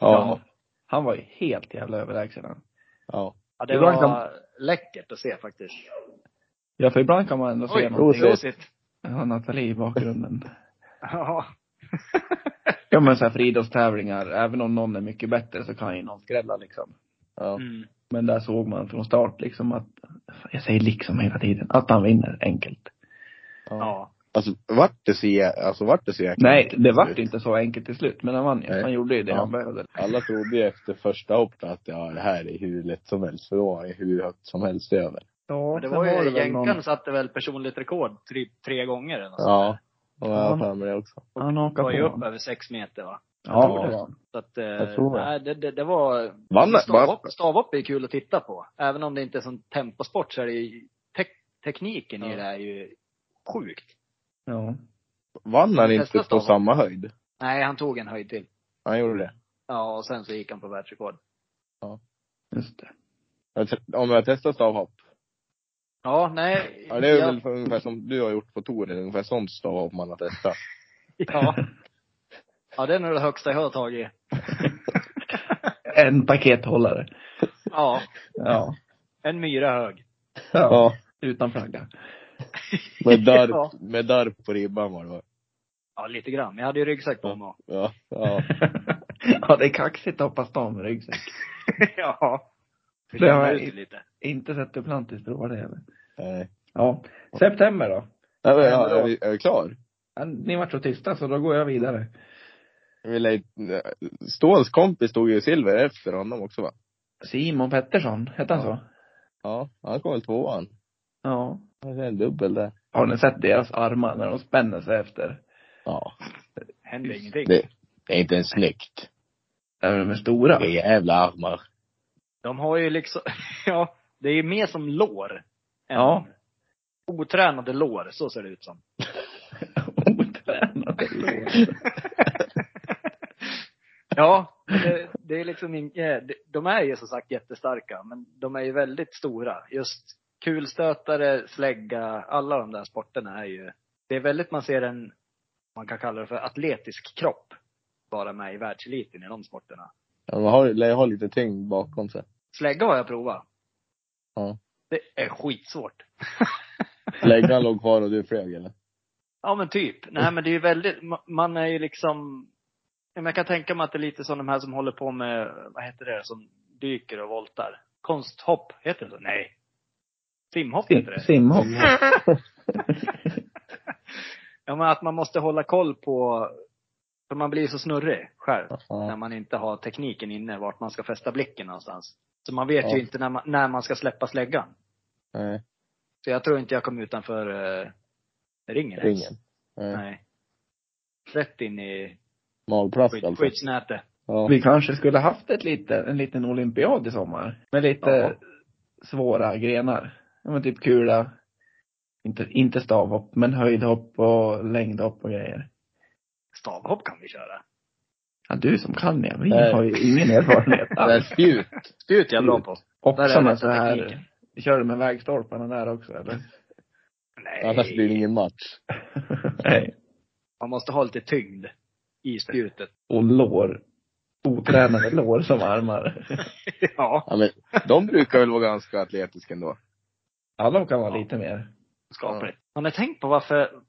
Speaker 2: ja.
Speaker 1: Han var ju helt jävla överlägsen han.
Speaker 2: Ja.
Speaker 3: Ja, det
Speaker 1: Ibland
Speaker 3: var
Speaker 1: kan-
Speaker 3: läckert att se faktiskt.
Speaker 1: Ja, för ibland kan man ändå se
Speaker 3: Oj, Oh,
Speaker 1: någonting.
Speaker 2: Osäker.
Speaker 3: gosigt.
Speaker 1: Ja, Nathalie i bakgrunden.
Speaker 3: Ja.
Speaker 1: ja, men så här friidrottstävlingar, även om någon är mycket bättre så kan ju någon skrälla liksom.
Speaker 2: Ja.
Speaker 3: Mm.
Speaker 1: Men där såg man från start liksom att, jag säger liksom hela tiden, att han vinner enkelt.
Speaker 2: ja.
Speaker 3: ja.
Speaker 2: Alltså vart det så jä- alltså vart det så jäkla
Speaker 1: Nej, det vart inte så enkelt till slut, men han vann ju.
Speaker 2: Nej.
Speaker 1: Han gjorde ju det
Speaker 2: Ja.
Speaker 1: han behövde.
Speaker 2: Alla trodde ju efter första hoppet att ja, det här är hur lätt som helst, för då var det hur högt som helst över.
Speaker 1: Ja,
Speaker 3: Men det
Speaker 1: sen
Speaker 3: var ju,
Speaker 1: väl någon-
Speaker 3: jänkaren satte väl personligt rekord tre, tre gånger eller något sånt
Speaker 2: Ja. Och jag har för mig det också.
Speaker 1: Han hakar
Speaker 3: var ju
Speaker 1: på.
Speaker 3: upp
Speaker 1: honom.
Speaker 3: över sex meter va?
Speaker 1: Ja,
Speaker 2: tror
Speaker 1: det
Speaker 2: det.
Speaker 1: var han.
Speaker 3: Så att, eh,
Speaker 2: Jag tror det.
Speaker 3: nej, det, det, det var...
Speaker 2: Vann-
Speaker 3: Stavhopp, stavhopp är kul att titta på. Även om det inte är sån temposport så är det ju, tek, tekniken i
Speaker 2: Ja.
Speaker 3: det är ju sjukt.
Speaker 1: Ja.
Speaker 2: Vann han
Speaker 3: Testa
Speaker 2: inte på
Speaker 3: stavar.
Speaker 2: samma höjd?
Speaker 3: Nej, han tog en höjd till.
Speaker 2: Han gjorde det.
Speaker 3: Ja, och sen så gick han på världsrekord.
Speaker 1: Just det.
Speaker 2: Jag te- Om jag testar stavhopp.
Speaker 3: Ja, nej.
Speaker 2: Ja, det är
Speaker 3: ja,
Speaker 2: väl ungefär som du har gjort på touren, ungefär sånt stavhopp man har testat.
Speaker 3: ja. ja, det är nog det högsta jag har tagit.
Speaker 1: En pakethållare.
Speaker 3: Ja,
Speaker 1: Ja.
Speaker 3: en myra hög.
Speaker 1: ja.
Speaker 2: Ja.
Speaker 1: Utan flagga.
Speaker 2: Med darp,
Speaker 3: Ja.
Speaker 2: med darp på ribban var det va?
Speaker 3: Ja, lite grann. Jag hade ju ryggsäck på mig.
Speaker 2: Ja. Ja.
Speaker 1: ja, det är kaxigt att hoppa stan med ryggsäck.
Speaker 3: ja. Det
Speaker 1: Det har
Speaker 3: känner
Speaker 1: jag
Speaker 3: ut det lite.
Speaker 1: Inte sett Duplantis prova det heller.
Speaker 2: Nej.
Speaker 1: Ja. September då.
Speaker 2: Ja, men,
Speaker 1: Nej,
Speaker 2: ja,
Speaker 1: men då-
Speaker 2: är, vi, är vi klar?
Speaker 1: Ja, Ni vart så tysta så då går jag vidare.
Speaker 2: Vi lär- Ståhls kompis tog ju silver efter honom också va?
Speaker 1: Simon Pettersson, hette han
Speaker 2: Ja.
Speaker 1: så?
Speaker 2: Ja, han kom väl tvåan.
Speaker 1: Ja.
Speaker 2: Det är en dubbel där.
Speaker 1: Har ni sett deras armar när de spänner sig efter?
Speaker 2: Ja.
Speaker 3: Händer ingenting.
Speaker 2: Det, det är inte ens snyggt.
Speaker 1: Där de är stora.
Speaker 2: Det är jävla armar.
Speaker 3: De har ju liksom, ja, det är ju mer som lår. än
Speaker 1: Ja.
Speaker 3: Otränade lår, så ser det ut som.
Speaker 1: Otränade lår.
Speaker 3: Ja, det, det är liksom in, eh, de- de är ju som sagt jättestarka, men de är ju väldigt stora. Just kulstötare, slägga, alla de där sporterna är ju, det är väldigt man ser en, man kan kalla det för atletisk kropp, bara med i världseliten i de sporterna.
Speaker 2: Ja, man har, lär ju ha lite tyngd bakom sig.
Speaker 3: Slägga har jag provat.
Speaker 2: Ja.
Speaker 3: Det är skitsvårt.
Speaker 2: Läggan låg kvar och du flög eller?
Speaker 3: Ja men typ.
Speaker 2: Mm.
Speaker 3: Nej men det är ju väldigt, ma- man är ju liksom, ja, men jag kan tänka mig att det är lite som de här som håller på med, vad heter det, som dyker och voltar. Konsthopp, heter det så? Nej. Simhopp heter det.
Speaker 1: Simhopp.
Speaker 3: Ja men att man måste hålla koll på, för man blir ju så snurrig själv. När
Speaker 2: Ja.
Speaker 3: man inte har tekniken inne, vart man ska fästa blicken någonstans. Så man vet
Speaker 2: Ja.
Speaker 3: ju inte när man, när man ska släppa släggan.
Speaker 2: Nej,
Speaker 3: Så jag tror inte jag kom utanför eh, ringen. ens.
Speaker 2: ringen. Nej.
Speaker 3: Nej. Rätt in i
Speaker 2: Magplast
Speaker 3: skyd-
Speaker 2: alltså.
Speaker 3: skyddsnätet.
Speaker 2: Ja.
Speaker 1: Vi kanske skulle haft ett lite, en liten olympiad i sommar. Med lite
Speaker 3: Ja.
Speaker 1: svåra grenar. Ja, men typ kula. Inte, inte stavhopp, men höjdhopp och längdhopp och grejer.
Speaker 3: Stavhopp kan vi köra.
Speaker 1: Ja, du som kan det. Vi
Speaker 2: Nej.
Speaker 1: har ju ingen erfarenhet
Speaker 2: Det där
Speaker 1: alls.
Speaker 2: spjut.
Speaker 3: Spjut är jag bra på.
Speaker 1: Och
Speaker 3: Där är
Speaker 1: sådana
Speaker 3: rätta
Speaker 1: så här.
Speaker 3: tekniken.
Speaker 1: Kör du med vägstolparna där också eller?
Speaker 2: Annars blir det
Speaker 3: Nej.
Speaker 2: ingen match.
Speaker 1: Nej.
Speaker 3: Man måste ha lite tyngd i spjutet.
Speaker 1: Och lår. Otränade lår som armar.
Speaker 3: ja,
Speaker 2: Ja, men de brukar väl vara ganska atletiska ändå.
Speaker 1: Alla kan vara
Speaker 3: Ja.
Speaker 1: lite mer.
Speaker 3: skapligt. Har ni tänkt på varför,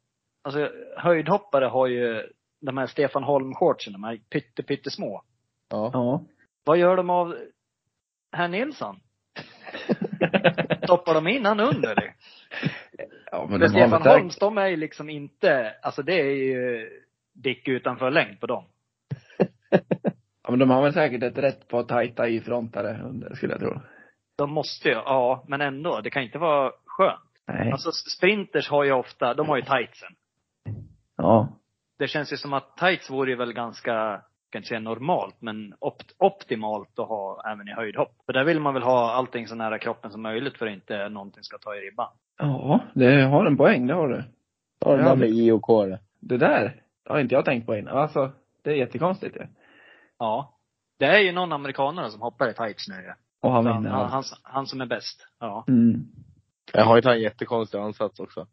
Speaker 3: alltså höjdhoppare har ju de här Stefan Holm-shortsen, de här pytte, pyttesmå.
Speaker 2: Ja.
Speaker 1: Ja.
Speaker 3: Vad gör de av herr Nilsson? Stoppar de in han under? det?
Speaker 1: ja
Speaker 3: Men
Speaker 1: de har
Speaker 3: Stefan
Speaker 1: väl säkert-
Speaker 3: Holms, de är ju liksom inte, alltså det är ju dick utanför längd på dem.
Speaker 1: Ja men de har väl säkert ett rätt på att tajta ifråntare under skulle jag tro.
Speaker 3: De måste ju, ja, men ändå. Det kan inte vara skönt.
Speaker 1: Nej.
Speaker 3: Alltså sprinters har ju ofta, de har ju tightsen.
Speaker 1: Ja.
Speaker 3: Det känns ju som att tights vore ju väl ganska, kanske säga normalt, men opt optimalt att ha även i höjdhopp. För där vill man väl ha allting så nära kroppen som möjligt för att inte någonting ska ta i ribban.
Speaker 1: Ja, det har en poäng, det har du.
Speaker 2: Då har de där med IOK det.
Speaker 1: Det där har inte jag tänkt på innan. Alltså, det är jättekonstigt ju.
Speaker 3: Ja. Det är ju någon amerikanare som hoppar i tights nu ju.
Speaker 1: Och han
Speaker 3: Han,
Speaker 1: vinner
Speaker 3: han,
Speaker 1: allt.
Speaker 3: han, han som är bäst. Ja.
Speaker 1: Mm.
Speaker 2: Jag har inte han jättekonstig ansats också?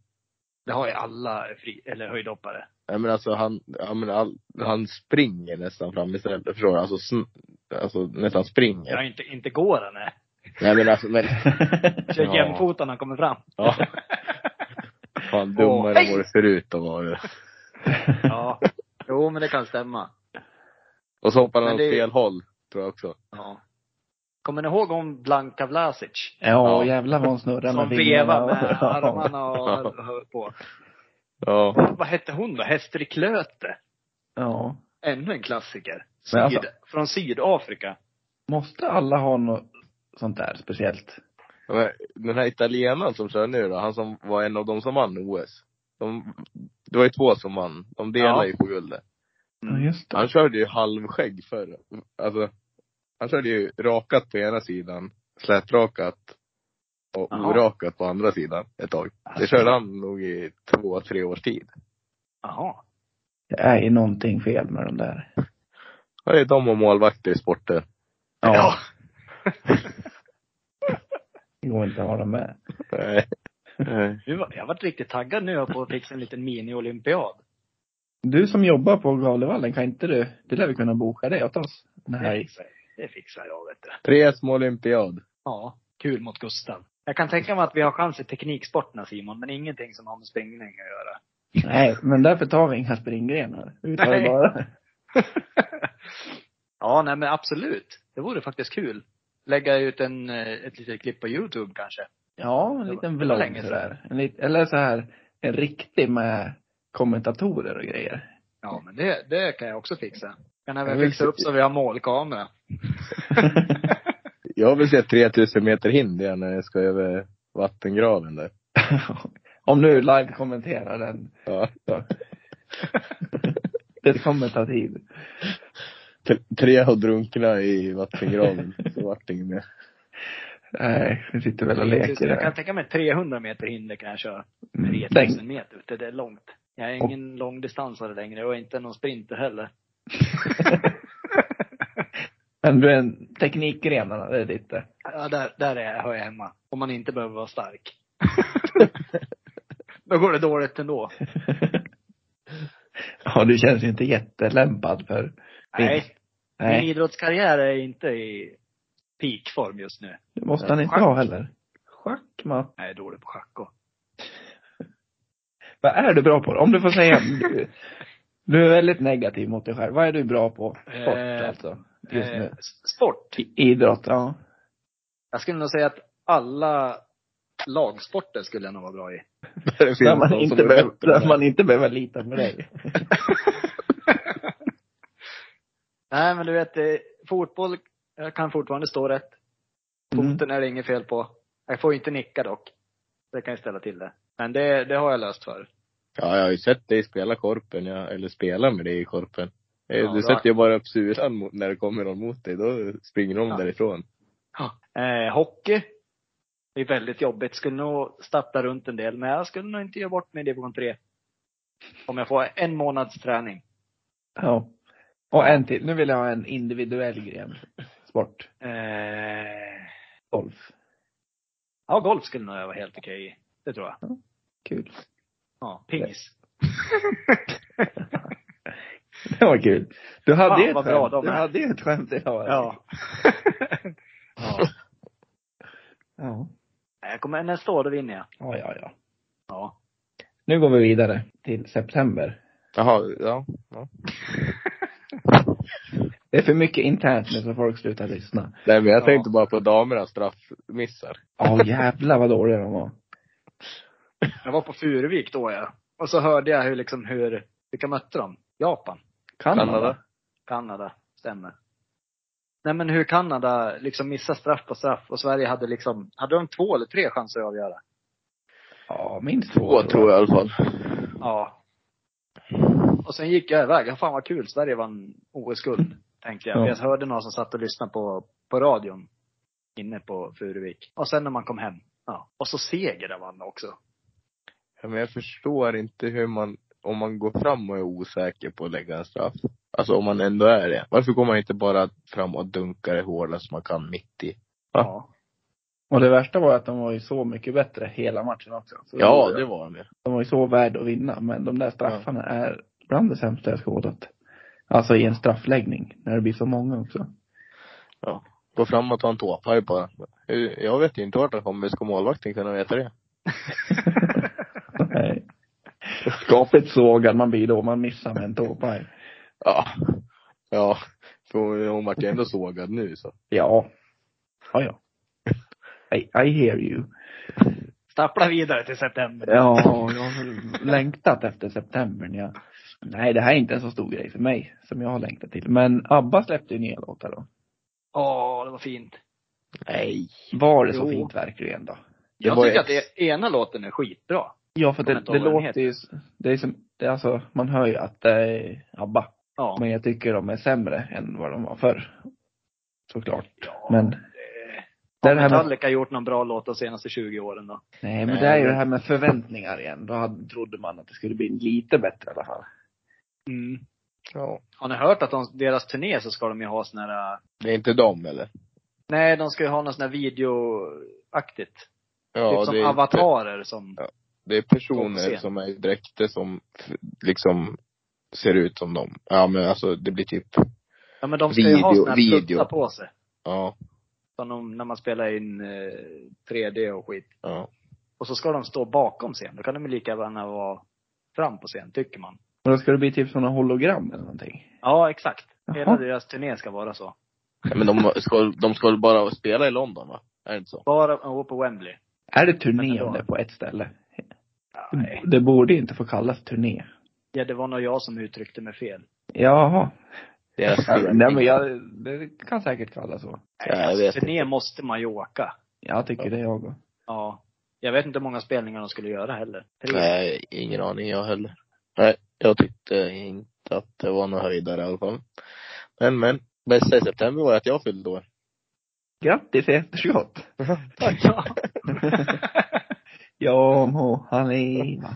Speaker 3: Det har ju alla fri, eller höjdhoppare.
Speaker 2: Nej men alltså han, ja men all, han springer nästan fram istället. Förstår du? Alltså, sn, alltså nästan springer.
Speaker 3: Ja, inte, inte går han nej.
Speaker 2: Nej men alltså, men,
Speaker 1: Mm.
Speaker 3: Kör
Speaker 2: Ja.
Speaker 3: jämfota när han kommer fram.
Speaker 2: ja. Fan
Speaker 3: Åh,
Speaker 2: dummare
Speaker 3: hej!
Speaker 2: än vad det ser ut att vara.
Speaker 3: Ja. Jo, men det kan stämma.
Speaker 2: Och så hoppar
Speaker 3: Men
Speaker 2: han åt
Speaker 3: det-
Speaker 2: fel håll, tror jag också.
Speaker 3: Ja. Kommer ni ihåg hon Blanka Vlasic?
Speaker 1: Ja,
Speaker 2: Ja.
Speaker 1: jävlar vad hon snurrar
Speaker 3: Som
Speaker 1: med vingarna.
Speaker 3: vevade med
Speaker 1: Ja.
Speaker 3: armarna och
Speaker 2: Ja.
Speaker 3: höll på.
Speaker 2: Ja.
Speaker 3: Vad hette hon då? Hester i Klöte?
Speaker 1: Ja.
Speaker 3: Ännu en klassiker. Syd,
Speaker 1: Men alltså-
Speaker 3: Från Sydafrika.
Speaker 1: Måste alla ha något sånt där speciellt?
Speaker 2: Men Den här italienaren som kör nu då, han som var en av de som vann OS. De, det var ju två som vann. De delar
Speaker 3: Ja.
Speaker 2: ju på guldet.
Speaker 3: Mm.
Speaker 1: Ja, just
Speaker 2: Han
Speaker 1: det.
Speaker 2: körde ju halvskägg förr. Alltså, han körde ju rakat på ena sidan, slätrakat och
Speaker 3: Jaha.
Speaker 2: orakat på andra sidan ett tag.
Speaker 1: Alltså.
Speaker 2: Det körde han nog i två, tre års tid.
Speaker 3: Jaha.
Speaker 1: Det är ju någonting fel med de där.
Speaker 2: Ja, Det är de och målvakter i sporter.
Speaker 1: Ja. Det går inte att ha dem med.
Speaker 2: Nej. Nej.
Speaker 3: Nu var, jag varit riktigt taggad nu på att fixa en liten mini-olympiad.
Speaker 1: Du som jobbar på Galevallen, kan inte du, det lär vi kunna boka dig åt oss?
Speaker 3: Det
Speaker 1: Nej.
Speaker 3: fixar, det fixar jag vet du.
Speaker 2: Tre små olympiad.
Speaker 3: Ja. Kul mot Gustav. Jag kan tänka mig att vi har chans i tekniksporterna Simon, men ingenting som har med springning att göra.
Speaker 1: Nej, men därför tar vi inga springgrenar. Vi tar
Speaker 3: Nej.
Speaker 1: det bara.
Speaker 3: Ja, nej men absolut. Det vore faktiskt kul. Lägga ut en, eh, ett litet klipp på Youtube kanske.
Speaker 1: Ja, en
Speaker 3: Det var-
Speaker 1: liten
Speaker 3: det var
Speaker 1: vlogg
Speaker 3: länge sedan.
Speaker 1: sådär. En lit, eller så här, en riktig med kommentatorer och grejer.
Speaker 3: Ja, men det, det kan jag också fixa. Kan även
Speaker 2: Jag vill
Speaker 3: fixa
Speaker 2: se-
Speaker 3: upp så vi har målkamera.
Speaker 2: Jag vill se 3000 meter hinder igen när jag ska över vattengraven där.
Speaker 1: Om du live kommenterar den.
Speaker 2: Ja.
Speaker 1: Så. det kommer ta tid.
Speaker 2: T- Tre har drunknat i vattengraven, så vart det inget mer.
Speaker 1: Nej, vi sitter väl och leker
Speaker 3: Jag kan
Speaker 1: där. Mm,
Speaker 3: tänka mig 300 meter hinder kan jag köra. Men det är
Speaker 1: Den,
Speaker 3: 1000 meter ute, det är långt. Jag är ingen långdistansare längre och inte någon sprinter heller.
Speaker 1: men du är en teknikgrenarna, det är ditt det.
Speaker 3: Ja, där, där är jag, hör jag hemma. Om man inte behöver vara stark. Då går det dåligt ändå.
Speaker 1: Ja, du känns ju inte jättelämpad för.
Speaker 3: Nej, min
Speaker 1: Nej,
Speaker 3: idrottskarriär är inte i peakform just nu.
Speaker 1: det måste han inte ha heller. Schack, Matt.
Speaker 3: Jag är dålig på schack och.
Speaker 1: Vad är du bra på? Om du får säga. Du, du är väldigt negativ mot dig själv. Vad är du bra på? Sport
Speaker 3: Eh,
Speaker 1: alltså. Just
Speaker 3: Eh,
Speaker 1: nu.
Speaker 3: s- sport.
Speaker 1: I- Idrott, ja.
Speaker 3: Jag skulle nog säga att alla lagsporter skulle jag nog vara bra i.
Speaker 2: Där finns
Speaker 1: Där man,
Speaker 2: någon
Speaker 1: inte
Speaker 2: som är
Speaker 1: behöver,
Speaker 2: bättre
Speaker 1: där
Speaker 2: än mig.
Speaker 1: man inte behöver lita på dig.
Speaker 3: Nej, men du vet, eh, fotboll, jag kan fortfarande stå rätt.
Speaker 1: Mm.
Speaker 3: Foten är det inget fel på. Jag får inte nicka dock. Det kan ju ställa till det. Men det, det har jag löst för.
Speaker 2: Ja, jag har ju sett dig spela korpen, ja, eller spela med dig i korpen. Eh,
Speaker 3: Ja,
Speaker 2: du
Speaker 3: då-
Speaker 2: sätter ju bara upp sulan mot, när det kommer någon mot dig, då springer de
Speaker 3: Ja.
Speaker 2: därifrån.
Speaker 3: Eh, hockey. Det är väldigt jobbigt. Skulle nog starta runt en del, men jag skulle nog inte ge bort mig i division 3. Om jag får en månads träning.
Speaker 1: Ja. Och en till. Nu vill jag ha en individuell gren. Sport.
Speaker 3: Eh,
Speaker 1: Golf.
Speaker 3: ja, golf skulle nog jag vara helt okej i. Det tror jag.
Speaker 1: Kul.
Speaker 3: Ja, pingis.
Speaker 1: Det var kul. Du hade
Speaker 3: Fan,
Speaker 1: ju ett
Speaker 3: vad bra
Speaker 1: skämt.
Speaker 3: de
Speaker 1: Du
Speaker 3: är.
Speaker 1: hade ju ett skämt idag.
Speaker 3: Ja. ja.
Speaker 1: Ja.
Speaker 3: Jag kommer, nästa år, då vinner jag.
Speaker 1: Ja, ja, ja.
Speaker 3: Ja.
Speaker 1: Nu går vi vidare till september.
Speaker 2: Jaha, ja. ja.
Speaker 1: Det är för mycket internt nu så folk slutar lyssna.
Speaker 2: Nej men jag
Speaker 3: Ja.
Speaker 2: tänkte bara på damernas straffmissar.
Speaker 1: Ja, jävlar vad dåliga de var.
Speaker 3: Jag var på Furuvik då jag. Och så hörde jag hur liksom hur, vilka mötte de? Japan?
Speaker 1: Kanada.
Speaker 2: Kanada.
Speaker 3: Kanada, stämmer. Nej men hur Kanada liksom missar straff på straff och Sverige hade liksom, hade de två eller tre chanser att avgöra?
Speaker 1: Ja, minst två.
Speaker 2: Två tror jag i alla fall.
Speaker 3: Ja. Och sen gick jag iväg, ja, fan vad kul, Sverige vann OS-guld, tänkte jag.
Speaker 1: Ja.
Speaker 3: Jag hörde någon som satt och lyssnade på, på radion inne på Furuvik. Och sen när man kom hem, ja. Och så seger där vann också.
Speaker 2: Ja, men jag förstår inte hur man, om man går fram och är osäker på att lägga en straff. Alltså om man ändå är det. Varför går man inte bara fram och dunkar det hårdast man kan mitt i? Ja.
Speaker 3: Ja.
Speaker 1: Och det värsta var att de var ju så mycket bättre hela matchen också. Så
Speaker 2: Ja, det var de ju.
Speaker 1: De var ju så värd att vinna, men de där straffarna är bland det sämsta jag skådat. Alltså i en straffläggning, när det blir så många också.
Speaker 2: Gå fram och ta en tåpaj bara. Hur- Jag vet ju inte vart den kommer, hur ska målvakten kunna veta det?
Speaker 1: Nej. Skapligt sågad man blir då, man missar med en tåpaj.
Speaker 2: Ja. Ja. För hon vart ju ändå sågad nu så.
Speaker 1: Ja. Ja, ja. I, I hear you.
Speaker 3: Stappla vidare till september.
Speaker 1: Ja, jag har längtat efter september. när Jag... Nej, det här är inte en så stor grej för mig, som jag har längtat till. Men ABBA släppte ju nya låtar då.
Speaker 3: Åh, det var fint.
Speaker 2: Nej.
Speaker 1: Var det så
Speaker 3: Jo.
Speaker 1: fint verkligen då?
Speaker 2: Det
Speaker 3: Jag
Speaker 2: var
Speaker 3: tycker
Speaker 2: ju
Speaker 3: att det ena låten är skitbra.
Speaker 1: Ja, för
Speaker 3: Kommer
Speaker 1: det,
Speaker 3: inte
Speaker 1: det
Speaker 3: ihåg vad den
Speaker 1: låter ju, s- det är som, det är alltså, man hör ju att det är ABBA.
Speaker 3: Ja.
Speaker 1: Men jag tycker de är sämre än vad de var förr. Såklart.
Speaker 3: Ja,
Speaker 1: Men
Speaker 3: det-
Speaker 1: det är
Speaker 3: Har
Speaker 1: det här med,
Speaker 3: Metallica gjort någon bra låt de senaste 20 åren då?
Speaker 1: nej men det är ju det här med förväntningar igen. Då hade, trodde man att det skulle bli lite bättre i alla fall.
Speaker 2: Ja.
Speaker 3: Mm. Har ni hört att de, deras turné så ska de ju ha sån här, äh,
Speaker 2: Det är inte dem eller?
Speaker 3: nej de ska ju ha någon sån här videoaktigt.
Speaker 2: Ja,
Speaker 3: typ som
Speaker 2: är-
Speaker 3: avatarer som,
Speaker 2: Ja. Det är
Speaker 3: Folk
Speaker 2: personer
Speaker 3: ser.
Speaker 2: som är i dräkter som f- liksom ser ut som dem. Ja men alltså det blir typ,
Speaker 3: ja men de ska ju ha
Speaker 2: Video-
Speaker 3: sån här
Speaker 2: video.
Speaker 3: pluttar på sig.
Speaker 2: ja,
Speaker 3: Som de, när man spelar in eh, 3D och skit.
Speaker 2: ja.
Speaker 3: Och så ska de stå bakom scen. Då kan de ju lika gärna vara fram på scen, tycker man.
Speaker 1: Och då ska det bli typ sådana hologram eller någonting.
Speaker 3: Ja, exakt. Hela
Speaker 1: Jaha.
Speaker 3: deras turné ska vara så.
Speaker 2: Ja, Men de ska, de ska väl bara spela i London va? Är det inte så?
Speaker 3: Bara och på Wembley.
Speaker 1: Är det turné
Speaker 3: Men
Speaker 1: om
Speaker 3: ändå.
Speaker 1: det är på ett ställe?
Speaker 3: Nej.
Speaker 1: Det borde ju inte få kallas turné.
Speaker 3: Ja, det var nog jag som uttryckte mig fel.
Speaker 1: Jaha.
Speaker 2: Deras
Speaker 1: Nej men jag, det kan säkert kallas så.
Speaker 2: Ja, jag vet
Speaker 3: alltså, turné måste man ju åka.
Speaker 1: Jag tycker det jag också.
Speaker 3: Ja. Jag vet inte hur många spelningar de skulle göra heller. Tre.
Speaker 2: Nej, ingen aning jag heller. Nej, jag tyckte inte att det var någon höjdare i alla fall. Men men, bästa i september var att jag fyllde år.
Speaker 1: Grattis i efterskott!
Speaker 3: Ja.
Speaker 1: ja må han leva.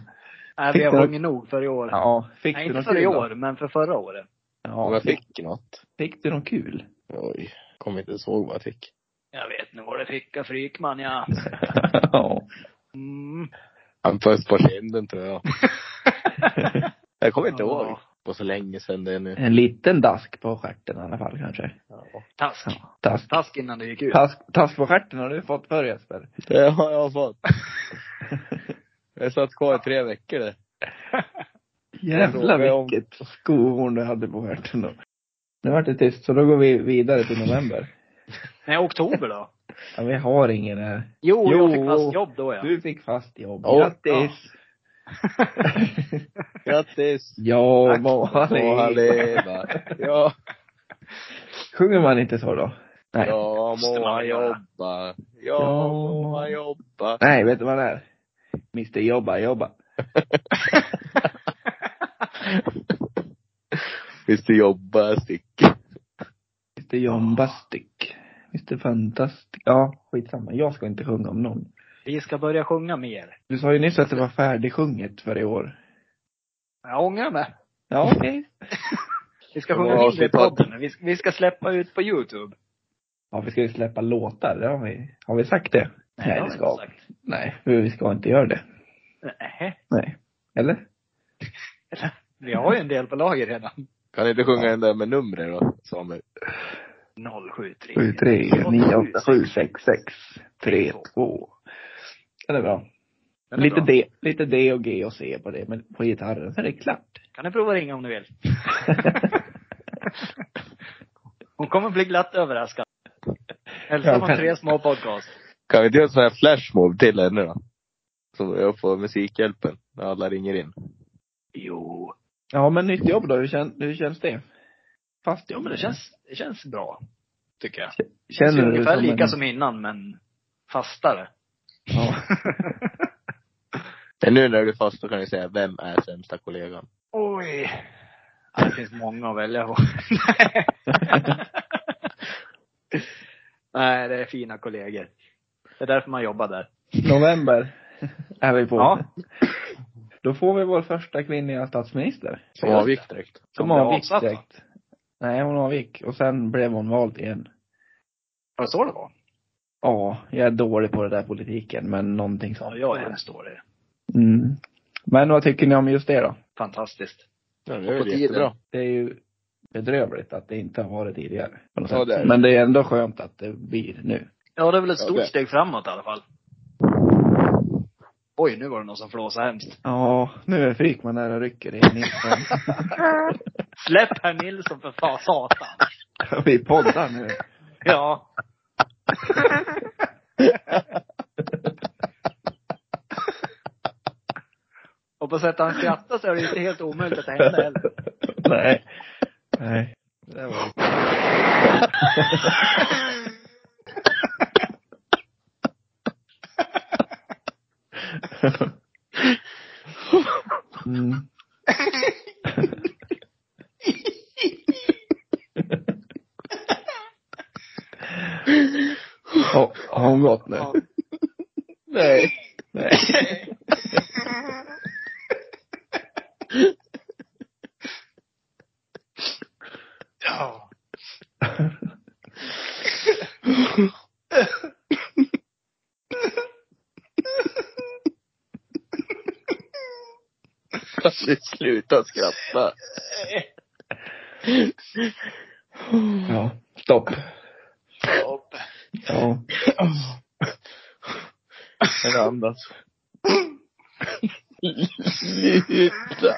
Speaker 3: Nej, vi har
Speaker 1: Fick du-
Speaker 3: sjungit nog för i år.
Speaker 1: Ja, fick
Speaker 3: Nej,
Speaker 1: du
Speaker 3: inte
Speaker 1: något
Speaker 3: för i
Speaker 1: kul då?
Speaker 3: år, men för förra året.
Speaker 2: Om
Speaker 1: Ja,
Speaker 2: jag
Speaker 1: fick,
Speaker 2: fick något.
Speaker 1: fick du något kul?
Speaker 2: Oj, kommer inte ens ihåg vad jag fick.
Speaker 3: Jag vet nu vad det fick av Frykman, ja.
Speaker 1: ja.
Speaker 3: Mm.
Speaker 2: Han puss på kinden tror jag. jag kommer inte
Speaker 3: Ja.
Speaker 2: ihåg. Det var så länge sedan det är nu.
Speaker 1: En liten dask på stjärten i alla fall kanske.
Speaker 2: Ja.
Speaker 3: Task.
Speaker 1: Ja, dask.
Speaker 3: Task innan det gick ut.
Speaker 1: Task, task på stjärten har du fått förr Jesper.
Speaker 2: Det har jag fått. Jag satt kvar i tre veckor där.
Speaker 1: Jävlar
Speaker 2: frågar om-
Speaker 1: vilket skohorn du hade på stjärten då. Nu vart det tyst, så då går vi vidare till november.
Speaker 3: Nej, oktober då?
Speaker 1: Ja, vi har ingen här.
Speaker 3: Jo,
Speaker 1: Jo.
Speaker 3: jag fick fast jobb då ja.
Speaker 1: Du fick fast jobb.
Speaker 2: Ja.
Speaker 1: Grattis!
Speaker 2: Grattis!
Speaker 1: Ja,
Speaker 2: Tack.
Speaker 1: må han
Speaker 2: Må han
Speaker 1: leva.
Speaker 2: leva. Ja,
Speaker 1: Sjunger man inte så då? Nej.
Speaker 2: ja
Speaker 3: Måste
Speaker 2: må
Speaker 3: man
Speaker 2: han
Speaker 3: göra.
Speaker 2: jobba.
Speaker 1: Ja,
Speaker 2: Ja, må
Speaker 1: må-
Speaker 2: han jobba.
Speaker 1: Nej, vet du vad det är? Mr Jobba Jobba.
Speaker 2: Visst du jobbar stick.
Speaker 1: Mr Jombastic. Mr Fantastic. Ja, skitsamma. Jag ska inte sjunga om någon.
Speaker 3: Vi ska börja sjunga mer.
Speaker 1: Du sa ju nyss att det var färdigsjunget för i år.
Speaker 3: Jag ångrar mig.
Speaker 1: Ja, okej.
Speaker 3: Vi ska
Speaker 2: Ja,
Speaker 3: sjunga mindre i
Speaker 2: avsluta.
Speaker 3: podden, men vi, vi ska släppa ut på Youtube.
Speaker 1: Ja, vi ska ju släppa låtar. Det har vi, har vi sagt det?
Speaker 3: det
Speaker 1: Nej,
Speaker 3: har
Speaker 1: det
Speaker 3: vi
Speaker 1: ska
Speaker 3: inte sagt.
Speaker 1: Nej, för vi ska inte göra det.
Speaker 3: Nej.
Speaker 1: Nej. Eller?
Speaker 3: Vi har ju en del på lager redan.
Speaker 2: Kan inte sjunga den där med numret då, Samuel?
Speaker 3: 073.
Speaker 1: 7, 3, 9, 8, 7, 6, 6, 3, 2. Ja, det är bra.
Speaker 3: Den är
Speaker 1: lite,
Speaker 3: bra.
Speaker 1: D, lite D och G och C på det, men på gitarren så är det klart.
Speaker 3: Kan ni prova ringa om ni vill? Hon kommer bli glatt överraskad. Hälsa
Speaker 1: Ja,
Speaker 3: från
Speaker 1: men-
Speaker 3: tre små podcast.
Speaker 2: Kan vi inte göra en sån här flashmob till henne då? Som jag får Musikhjälpen, när alla ringer in.
Speaker 3: Jo.
Speaker 1: Ja, men nytt jobb då? Hur, kän, hur känns det? Fast
Speaker 3: Jo
Speaker 1: jobb?
Speaker 3: men det känns, det känns bra. Tycker jag.
Speaker 1: Känner
Speaker 3: det är
Speaker 1: du
Speaker 3: ungefär
Speaker 1: som
Speaker 3: lika
Speaker 1: en-
Speaker 3: som innan, men fastare.
Speaker 1: Ja.
Speaker 2: Men nu när du är fast då kan du säga, vem är sämsta kollegan?
Speaker 3: Oj. Ja, det finns många att välja på. Nej, det är fina kollegor. Det är därför man jobbar där.
Speaker 1: November är vi på.
Speaker 3: Ja.
Speaker 1: Då får vi vår första kvinnliga statsminister.
Speaker 2: Som avgick direkt.
Speaker 1: Som
Speaker 3: blev
Speaker 1: avgick
Speaker 3: avsatt, va?
Speaker 1: direkt. Nej, hon avgick. Och sen blev hon vald igen.
Speaker 3: Var det så det var?
Speaker 1: Ja, jag är dålig på det där politiken, men någonting
Speaker 3: Ja,
Speaker 1: sånt.
Speaker 3: jag är en story.
Speaker 1: Mm. Men vad tycker ni om just det då?
Speaker 3: Fantastiskt.
Speaker 2: Ja, det
Speaker 1: är
Speaker 2: är
Speaker 1: väl
Speaker 2: väl
Speaker 1: jättebra.
Speaker 2: jättebra.
Speaker 1: Det är ju bedrövligt att det inte har varit tidigare. På något
Speaker 2: Ja,
Speaker 1: sätt.
Speaker 2: det är det.
Speaker 1: Men det är ändå skönt att det blir nu.
Speaker 3: Ja, det är väl ett
Speaker 2: Ja,
Speaker 3: stort
Speaker 2: det.
Speaker 3: steg framåt i alla fall. Oj, nu var det någon som flåsade hemskt.
Speaker 1: Ja, nu är Frykman där och rycker i Nilsson.
Speaker 3: Släpp herr Nilsson för fan, satan.
Speaker 1: Vi poddar nu.
Speaker 3: Ja. Och på sätt han skrattar så är det inte helt omöjligt att det händer heller.
Speaker 1: Nej. Nej. Det var...
Speaker 2: Har, har hon gått nu?
Speaker 3: Ja.
Speaker 2: Nej. Nej.
Speaker 3: Ja.
Speaker 2: Kan du sluta skratta? Mm.
Speaker 1: Ja. Stopp.
Speaker 3: Jobb.
Speaker 1: Ja.
Speaker 2: Kan du andas? Sluta!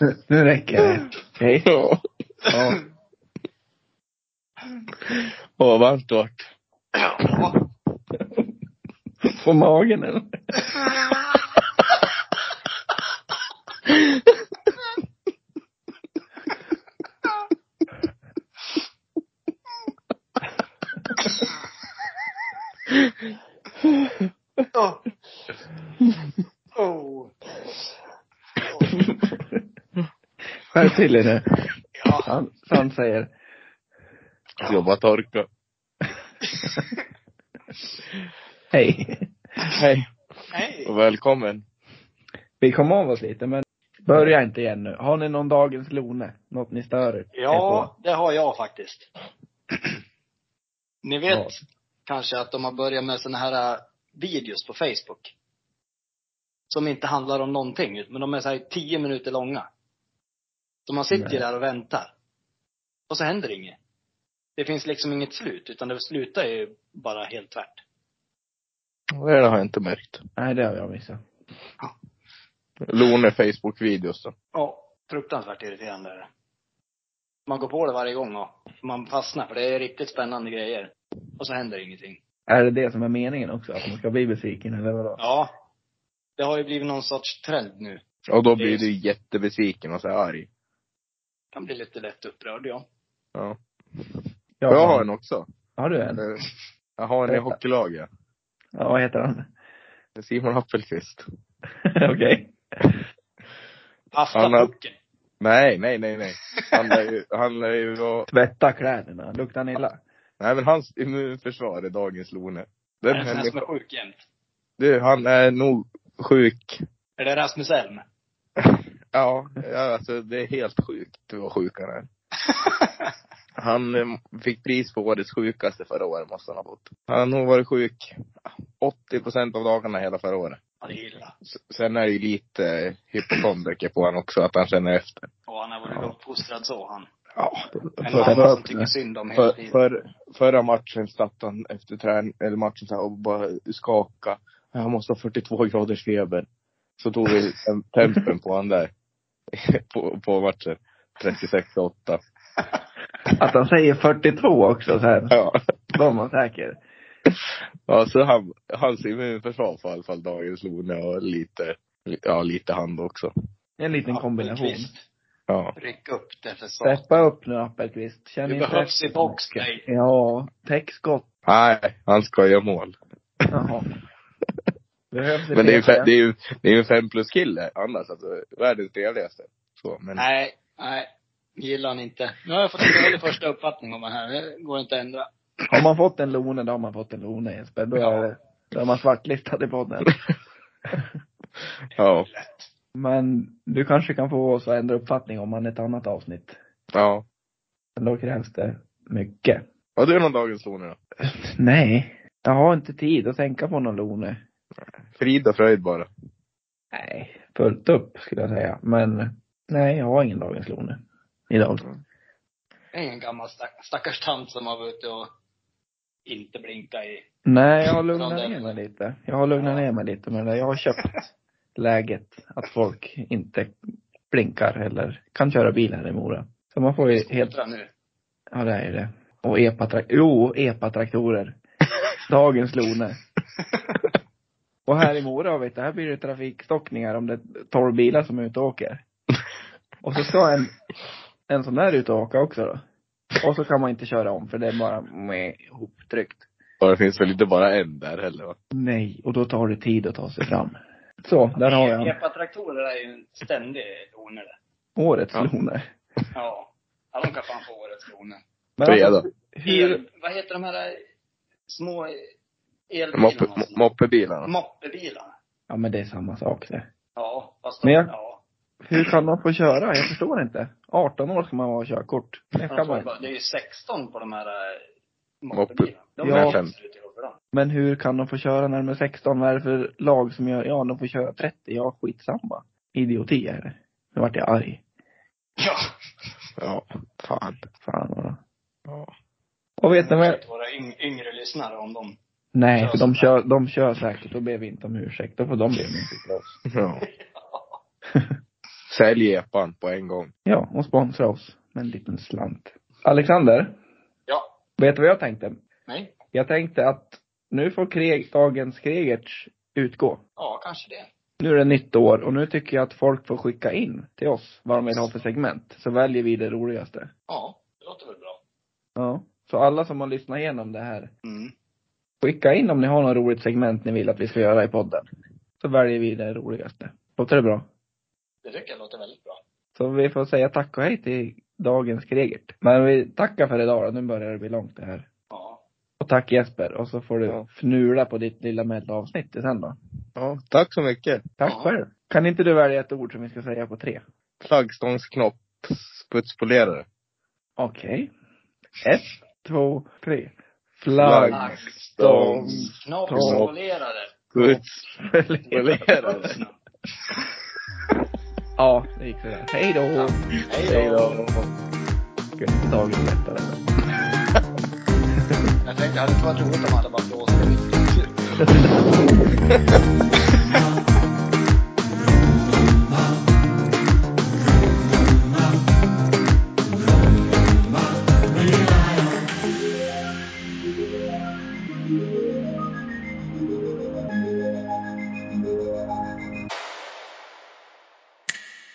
Speaker 1: Nu- Nu räcker det. Okej.
Speaker 2: Ja.
Speaker 1: Ja.
Speaker 2: Åh, varmt vart.
Speaker 3: Ja.
Speaker 1: På magen eller?
Speaker 3: Ja. Oh.
Speaker 1: Skärp till er nu.
Speaker 3: Ja.
Speaker 1: Han, han säger.
Speaker 2: Jobba torka.
Speaker 1: Hej.
Speaker 2: Hej
Speaker 3: Nej.
Speaker 2: och välkommen.
Speaker 1: Vi kom av oss lite men börja inte igen nu. Har ni någon dagens Lone? Något ni stör er
Speaker 3: Ja, det har jag faktiskt. Ni vet
Speaker 1: Ja.
Speaker 3: kanske att de har börjat med såna här äh, videos på Facebook. Som inte handlar om någonting, men de är så här 10 minuter långa. Så man sitter
Speaker 1: Nej.
Speaker 3: där och väntar. Och så händer inget. Det finns liksom inget slut, utan det slutar ju bara helt tvärt.
Speaker 2: Det har jag inte märkt.
Speaker 1: Nej, det har jag missat.
Speaker 2: Lone Facebook-videos då.
Speaker 3: Ja, fruktansvärt irriterande är det. Man går på det varje gång och man fastnar, för det är riktigt spännande grejer. Och så händer ingenting.
Speaker 1: Är det det som är meningen också? Att man ska bli besviken eller vadå?
Speaker 3: Ja. Det har ju blivit någon sorts trend nu.
Speaker 2: Och då blir du jättebesviken och så här arg.
Speaker 3: Kan bli lite lätt upprörd, ja.
Speaker 2: Ja.
Speaker 1: Ja,
Speaker 2: Jag har en också.
Speaker 1: Har du en?
Speaker 2: Eh, Jag har en i hockeylaget.
Speaker 1: Ja, vad heter han?
Speaker 2: Simon Appelqvist.
Speaker 1: Okej.
Speaker 3: Pasta
Speaker 2: Anna-
Speaker 3: pucken.
Speaker 2: Nej, nej, nej, nej. Han lär ju, han lär ju vara...
Speaker 1: Tvätta kläderna. Luktar han illa?
Speaker 2: Nej men hans immunförsvar är dagens Lone. Den
Speaker 3: Är det den som
Speaker 2: människan,
Speaker 3: är sjuk jämt?
Speaker 2: du, han är nog sjuk.
Speaker 3: Är det Rasmus Elm?
Speaker 2: Ja, ja, alltså det är helt sjukt vad sjuk han är. Han eh, fick pris för årets sjukaste förra året, måste han ha fått. Han har nog varit sjuk 80 procent av dagarna hela förra året.
Speaker 3: Ja, det är illa.
Speaker 2: S- Sen är det ju lite hypokondriker på honom också, att han känner efter.
Speaker 3: Ja, han har varit
Speaker 1: Ja.
Speaker 3: uppfostrad så han.
Speaker 2: Ja.
Speaker 3: En
Speaker 2: För,
Speaker 1: det
Speaker 3: mamma
Speaker 1: var-
Speaker 3: som tycker synd om hela
Speaker 2: för,
Speaker 3: tiden.
Speaker 2: för, förra matchen satt han efter träning, eller matchen så här, och bara skaka. Jag måste ha 42 graders feber. Så tog vi tem- tempen på han där. på, på matchen. 36,8.
Speaker 1: Att han säger 42 också sen.
Speaker 2: Ja.
Speaker 1: Då var man säker.
Speaker 2: Ja, så han, hans immunförsvar får i alla fall dagens Lone och lite, ja lite hand också.
Speaker 1: En liten kombination.
Speaker 3: Appelqvist.
Speaker 2: Ja.
Speaker 3: Ryck upp det för satan.
Speaker 1: Steppa upp nu Appelqvist. Känn
Speaker 3: Du
Speaker 1: inte
Speaker 3: behövs
Speaker 1: efter
Speaker 3: i box,
Speaker 1: mycket.
Speaker 3: dig.
Speaker 1: Ja, täck skott.
Speaker 2: Nej, han ska göra mål.
Speaker 1: Jaha. Behövs
Speaker 2: Men det är ju, fe-
Speaker 1: fler?
Speaker 2: det är ju, det är ju en fem plus kille annars, alltså världens trevligaste. Så, men
Speaker 3: Nej, nej. Gillar han inte. Nu har jag fått en dålig första uppfattning om han här. Det går inte att ändra.
Speaker 1: Har man fått en Lone, då har man fått en Lone Jesper. Då är, det- då är man svartlistad i podden.
Speaker 2: ja,
Speaker 1: Men du kanske kan få oss att ändra uppfattning om man ett annat avsnitt.
Speaker 2: ja.
Speaker 1: Men då krävs det mycket.
Speaker 2: Har du någon dagens Lone då?
Speaker 1: Nej. Jag har inte tid att tänka på någon Lone.
Speaker 2: Frid och fröjd bara.
Speaker 1: Nej. Fullt upp skulle jag säga. Men nej, jag har ingen dagens Lone. Idag.
Speaker 3: Det är en gammal stack, stackars tant som har varit ute och inte blinka i
Speaker 1: Nej, jag har lugnat
Speaker 3: Från den.
Speaker 1: ner mig lite. Jag har lugnat ner mig lite med det. Jag har köpt läget att folk inte blinkar eller kan köra bil här i Mora. Så man får ju helt,
Speaker 3: skotrar nu.
Speaker 1: ja det är ju det. Och epa jo, epa-traktorer. Dagens Lone. Och här i Mora vet du, här blir det trafikstockningar om det är tolv bilar som är ute och åker. Och så ska en, en sån där ut och åka också då. Och så kan man inte köra om för det är bara meh, ihoptryckt.
Speaker 2: Och det finns väl inte bara en där heller va?
Speaker 1: Nej, och då tar det tid att ta sig fram. Så, där har jag han.
Speaker 3: Epatraktorer är ju en ständig onödig.
Speaker 1: årets
Speaker 2: Ja.
Speaker 1: Lone.
Speaker 3: Ja. ja. De kan fan få årets kronor.
Speaker 1: Men
Speaker 2: Tre
Speaker 1: alltså,
Speaker 2: då.
Speaker 1: hur,
Speaker 3: El- Vad heter de här eh, små
Speaker 2: Moppe,
Speaker 3: elbilarna? Alltså,
Speaker 2: mo- moppebilarna.
Speaker 3: Moppebilarna.
Speaker 1: ja men det är samma sak det.
Speaker 3: Ja, fast
Speaker 1: Men jag-
Speaker 3: ja.
Speaker 1: Hur kan man få köra? Jag förstår inte. 18 år ska man ha körkort. Det
Speaker 3: Jag
Speaker 1: kan
Speaker 3: tror
Speaker 1: man.
Speaker 3: bara, det är ju 16 på de här eh,
Speaker 2: Moppe-
Speaker 3: moppebilarna. De
Speaker 1: Ja.
Speaker 3: är absolut i huvudet.
Speaker 1: Men hur kan de få köra när de är 16? Vad är det för lag som gör, ja de får köra 30, ja skitsamma. Idioti är det. Nu vart jag arg.
Speaker 3: Ja.
Speaker 2: Ja, fan.
Speaker 1: Fan vad
Speaker 2: Ja.
Speaker 1: Och vet ni vad? jag-
Speaker 3: Ursäkta Våra yng- yngre lyssnare om dem.
Speaker 1: Nej,
Speaker 3: Kör
Speaker 1: för de
Speaker 3: så här.
Speaker 1: kör, de kör säkert. Då ber vi inte om ursäkt. Då får de be om ursäkt.
Speaker 2: ja. Sälj epan på en gång.
Speaker 1: Ja, och sponsra oss med en liten slant. Alexander,
Speaker 3: Ja.
Speaker 1: vet du vad jag tänkte?
Speaker 3: Nej.
Speaker 1: Jag tänkte att nu får kreg, dagens Kregerts utgå.
Speaker 3: Ja, kanske det.
Speaker 1: Nu är det nytt år och nu tycker jag att folk får skicka in till oss vad de vill ha för segment. Så väljer vi det roligaste.
Speaker 3: Ja, det låter väl bra.
Speaker 1: Ja. Så alla som har lyssnat igenom det här,
Speaker 3: Mm.
Speaker 1: skicka in om ni har något roligt segment ni vill att vi ska göra i podden. Så väljer vi det roligaste. Låter det bra?
Speaker 3: Det tycker jag låter väldigt bra.
Speaker 1: Så vi får säga tack och hej till dagens Kregert. Men vi tackar för idag då. Nu börjar det bli långt det här.
Speaker 3: Ja.
Speaker 1: Och tack Jesper. Och så får du
Speaker 2: Ja.
Speaker 1: fnula på ditt lilla mellanavsnitt sen då.
Speaker 2: Ja, tack så mycket.
Speaker 1: Tack
Speaker 3: Ja.
Speaker 1: själv. Kan inte du välja ett ord som vi ska säga på tre?
Speaker 2: Flaggstångsknopp, putspolerare.
Speaker 1: Okej. Ett, två, tre.
Speaker 2: Flagg.
Speaker 1: Flagg.
Speaker 3: Knappspolerare.
Speaker 2: Putspolerare.
Speaker 1: Ja, det gick sådär. Hej då!
Speaker 3: Hej
Speaker 2: Hej
Speaker 3: då.
Speaker 2: då.
Speaker 1: Gud, dagen lättare.
Speaker 3: Jag tänkte, hade det inte varit roligt om han hade bara blåst ut?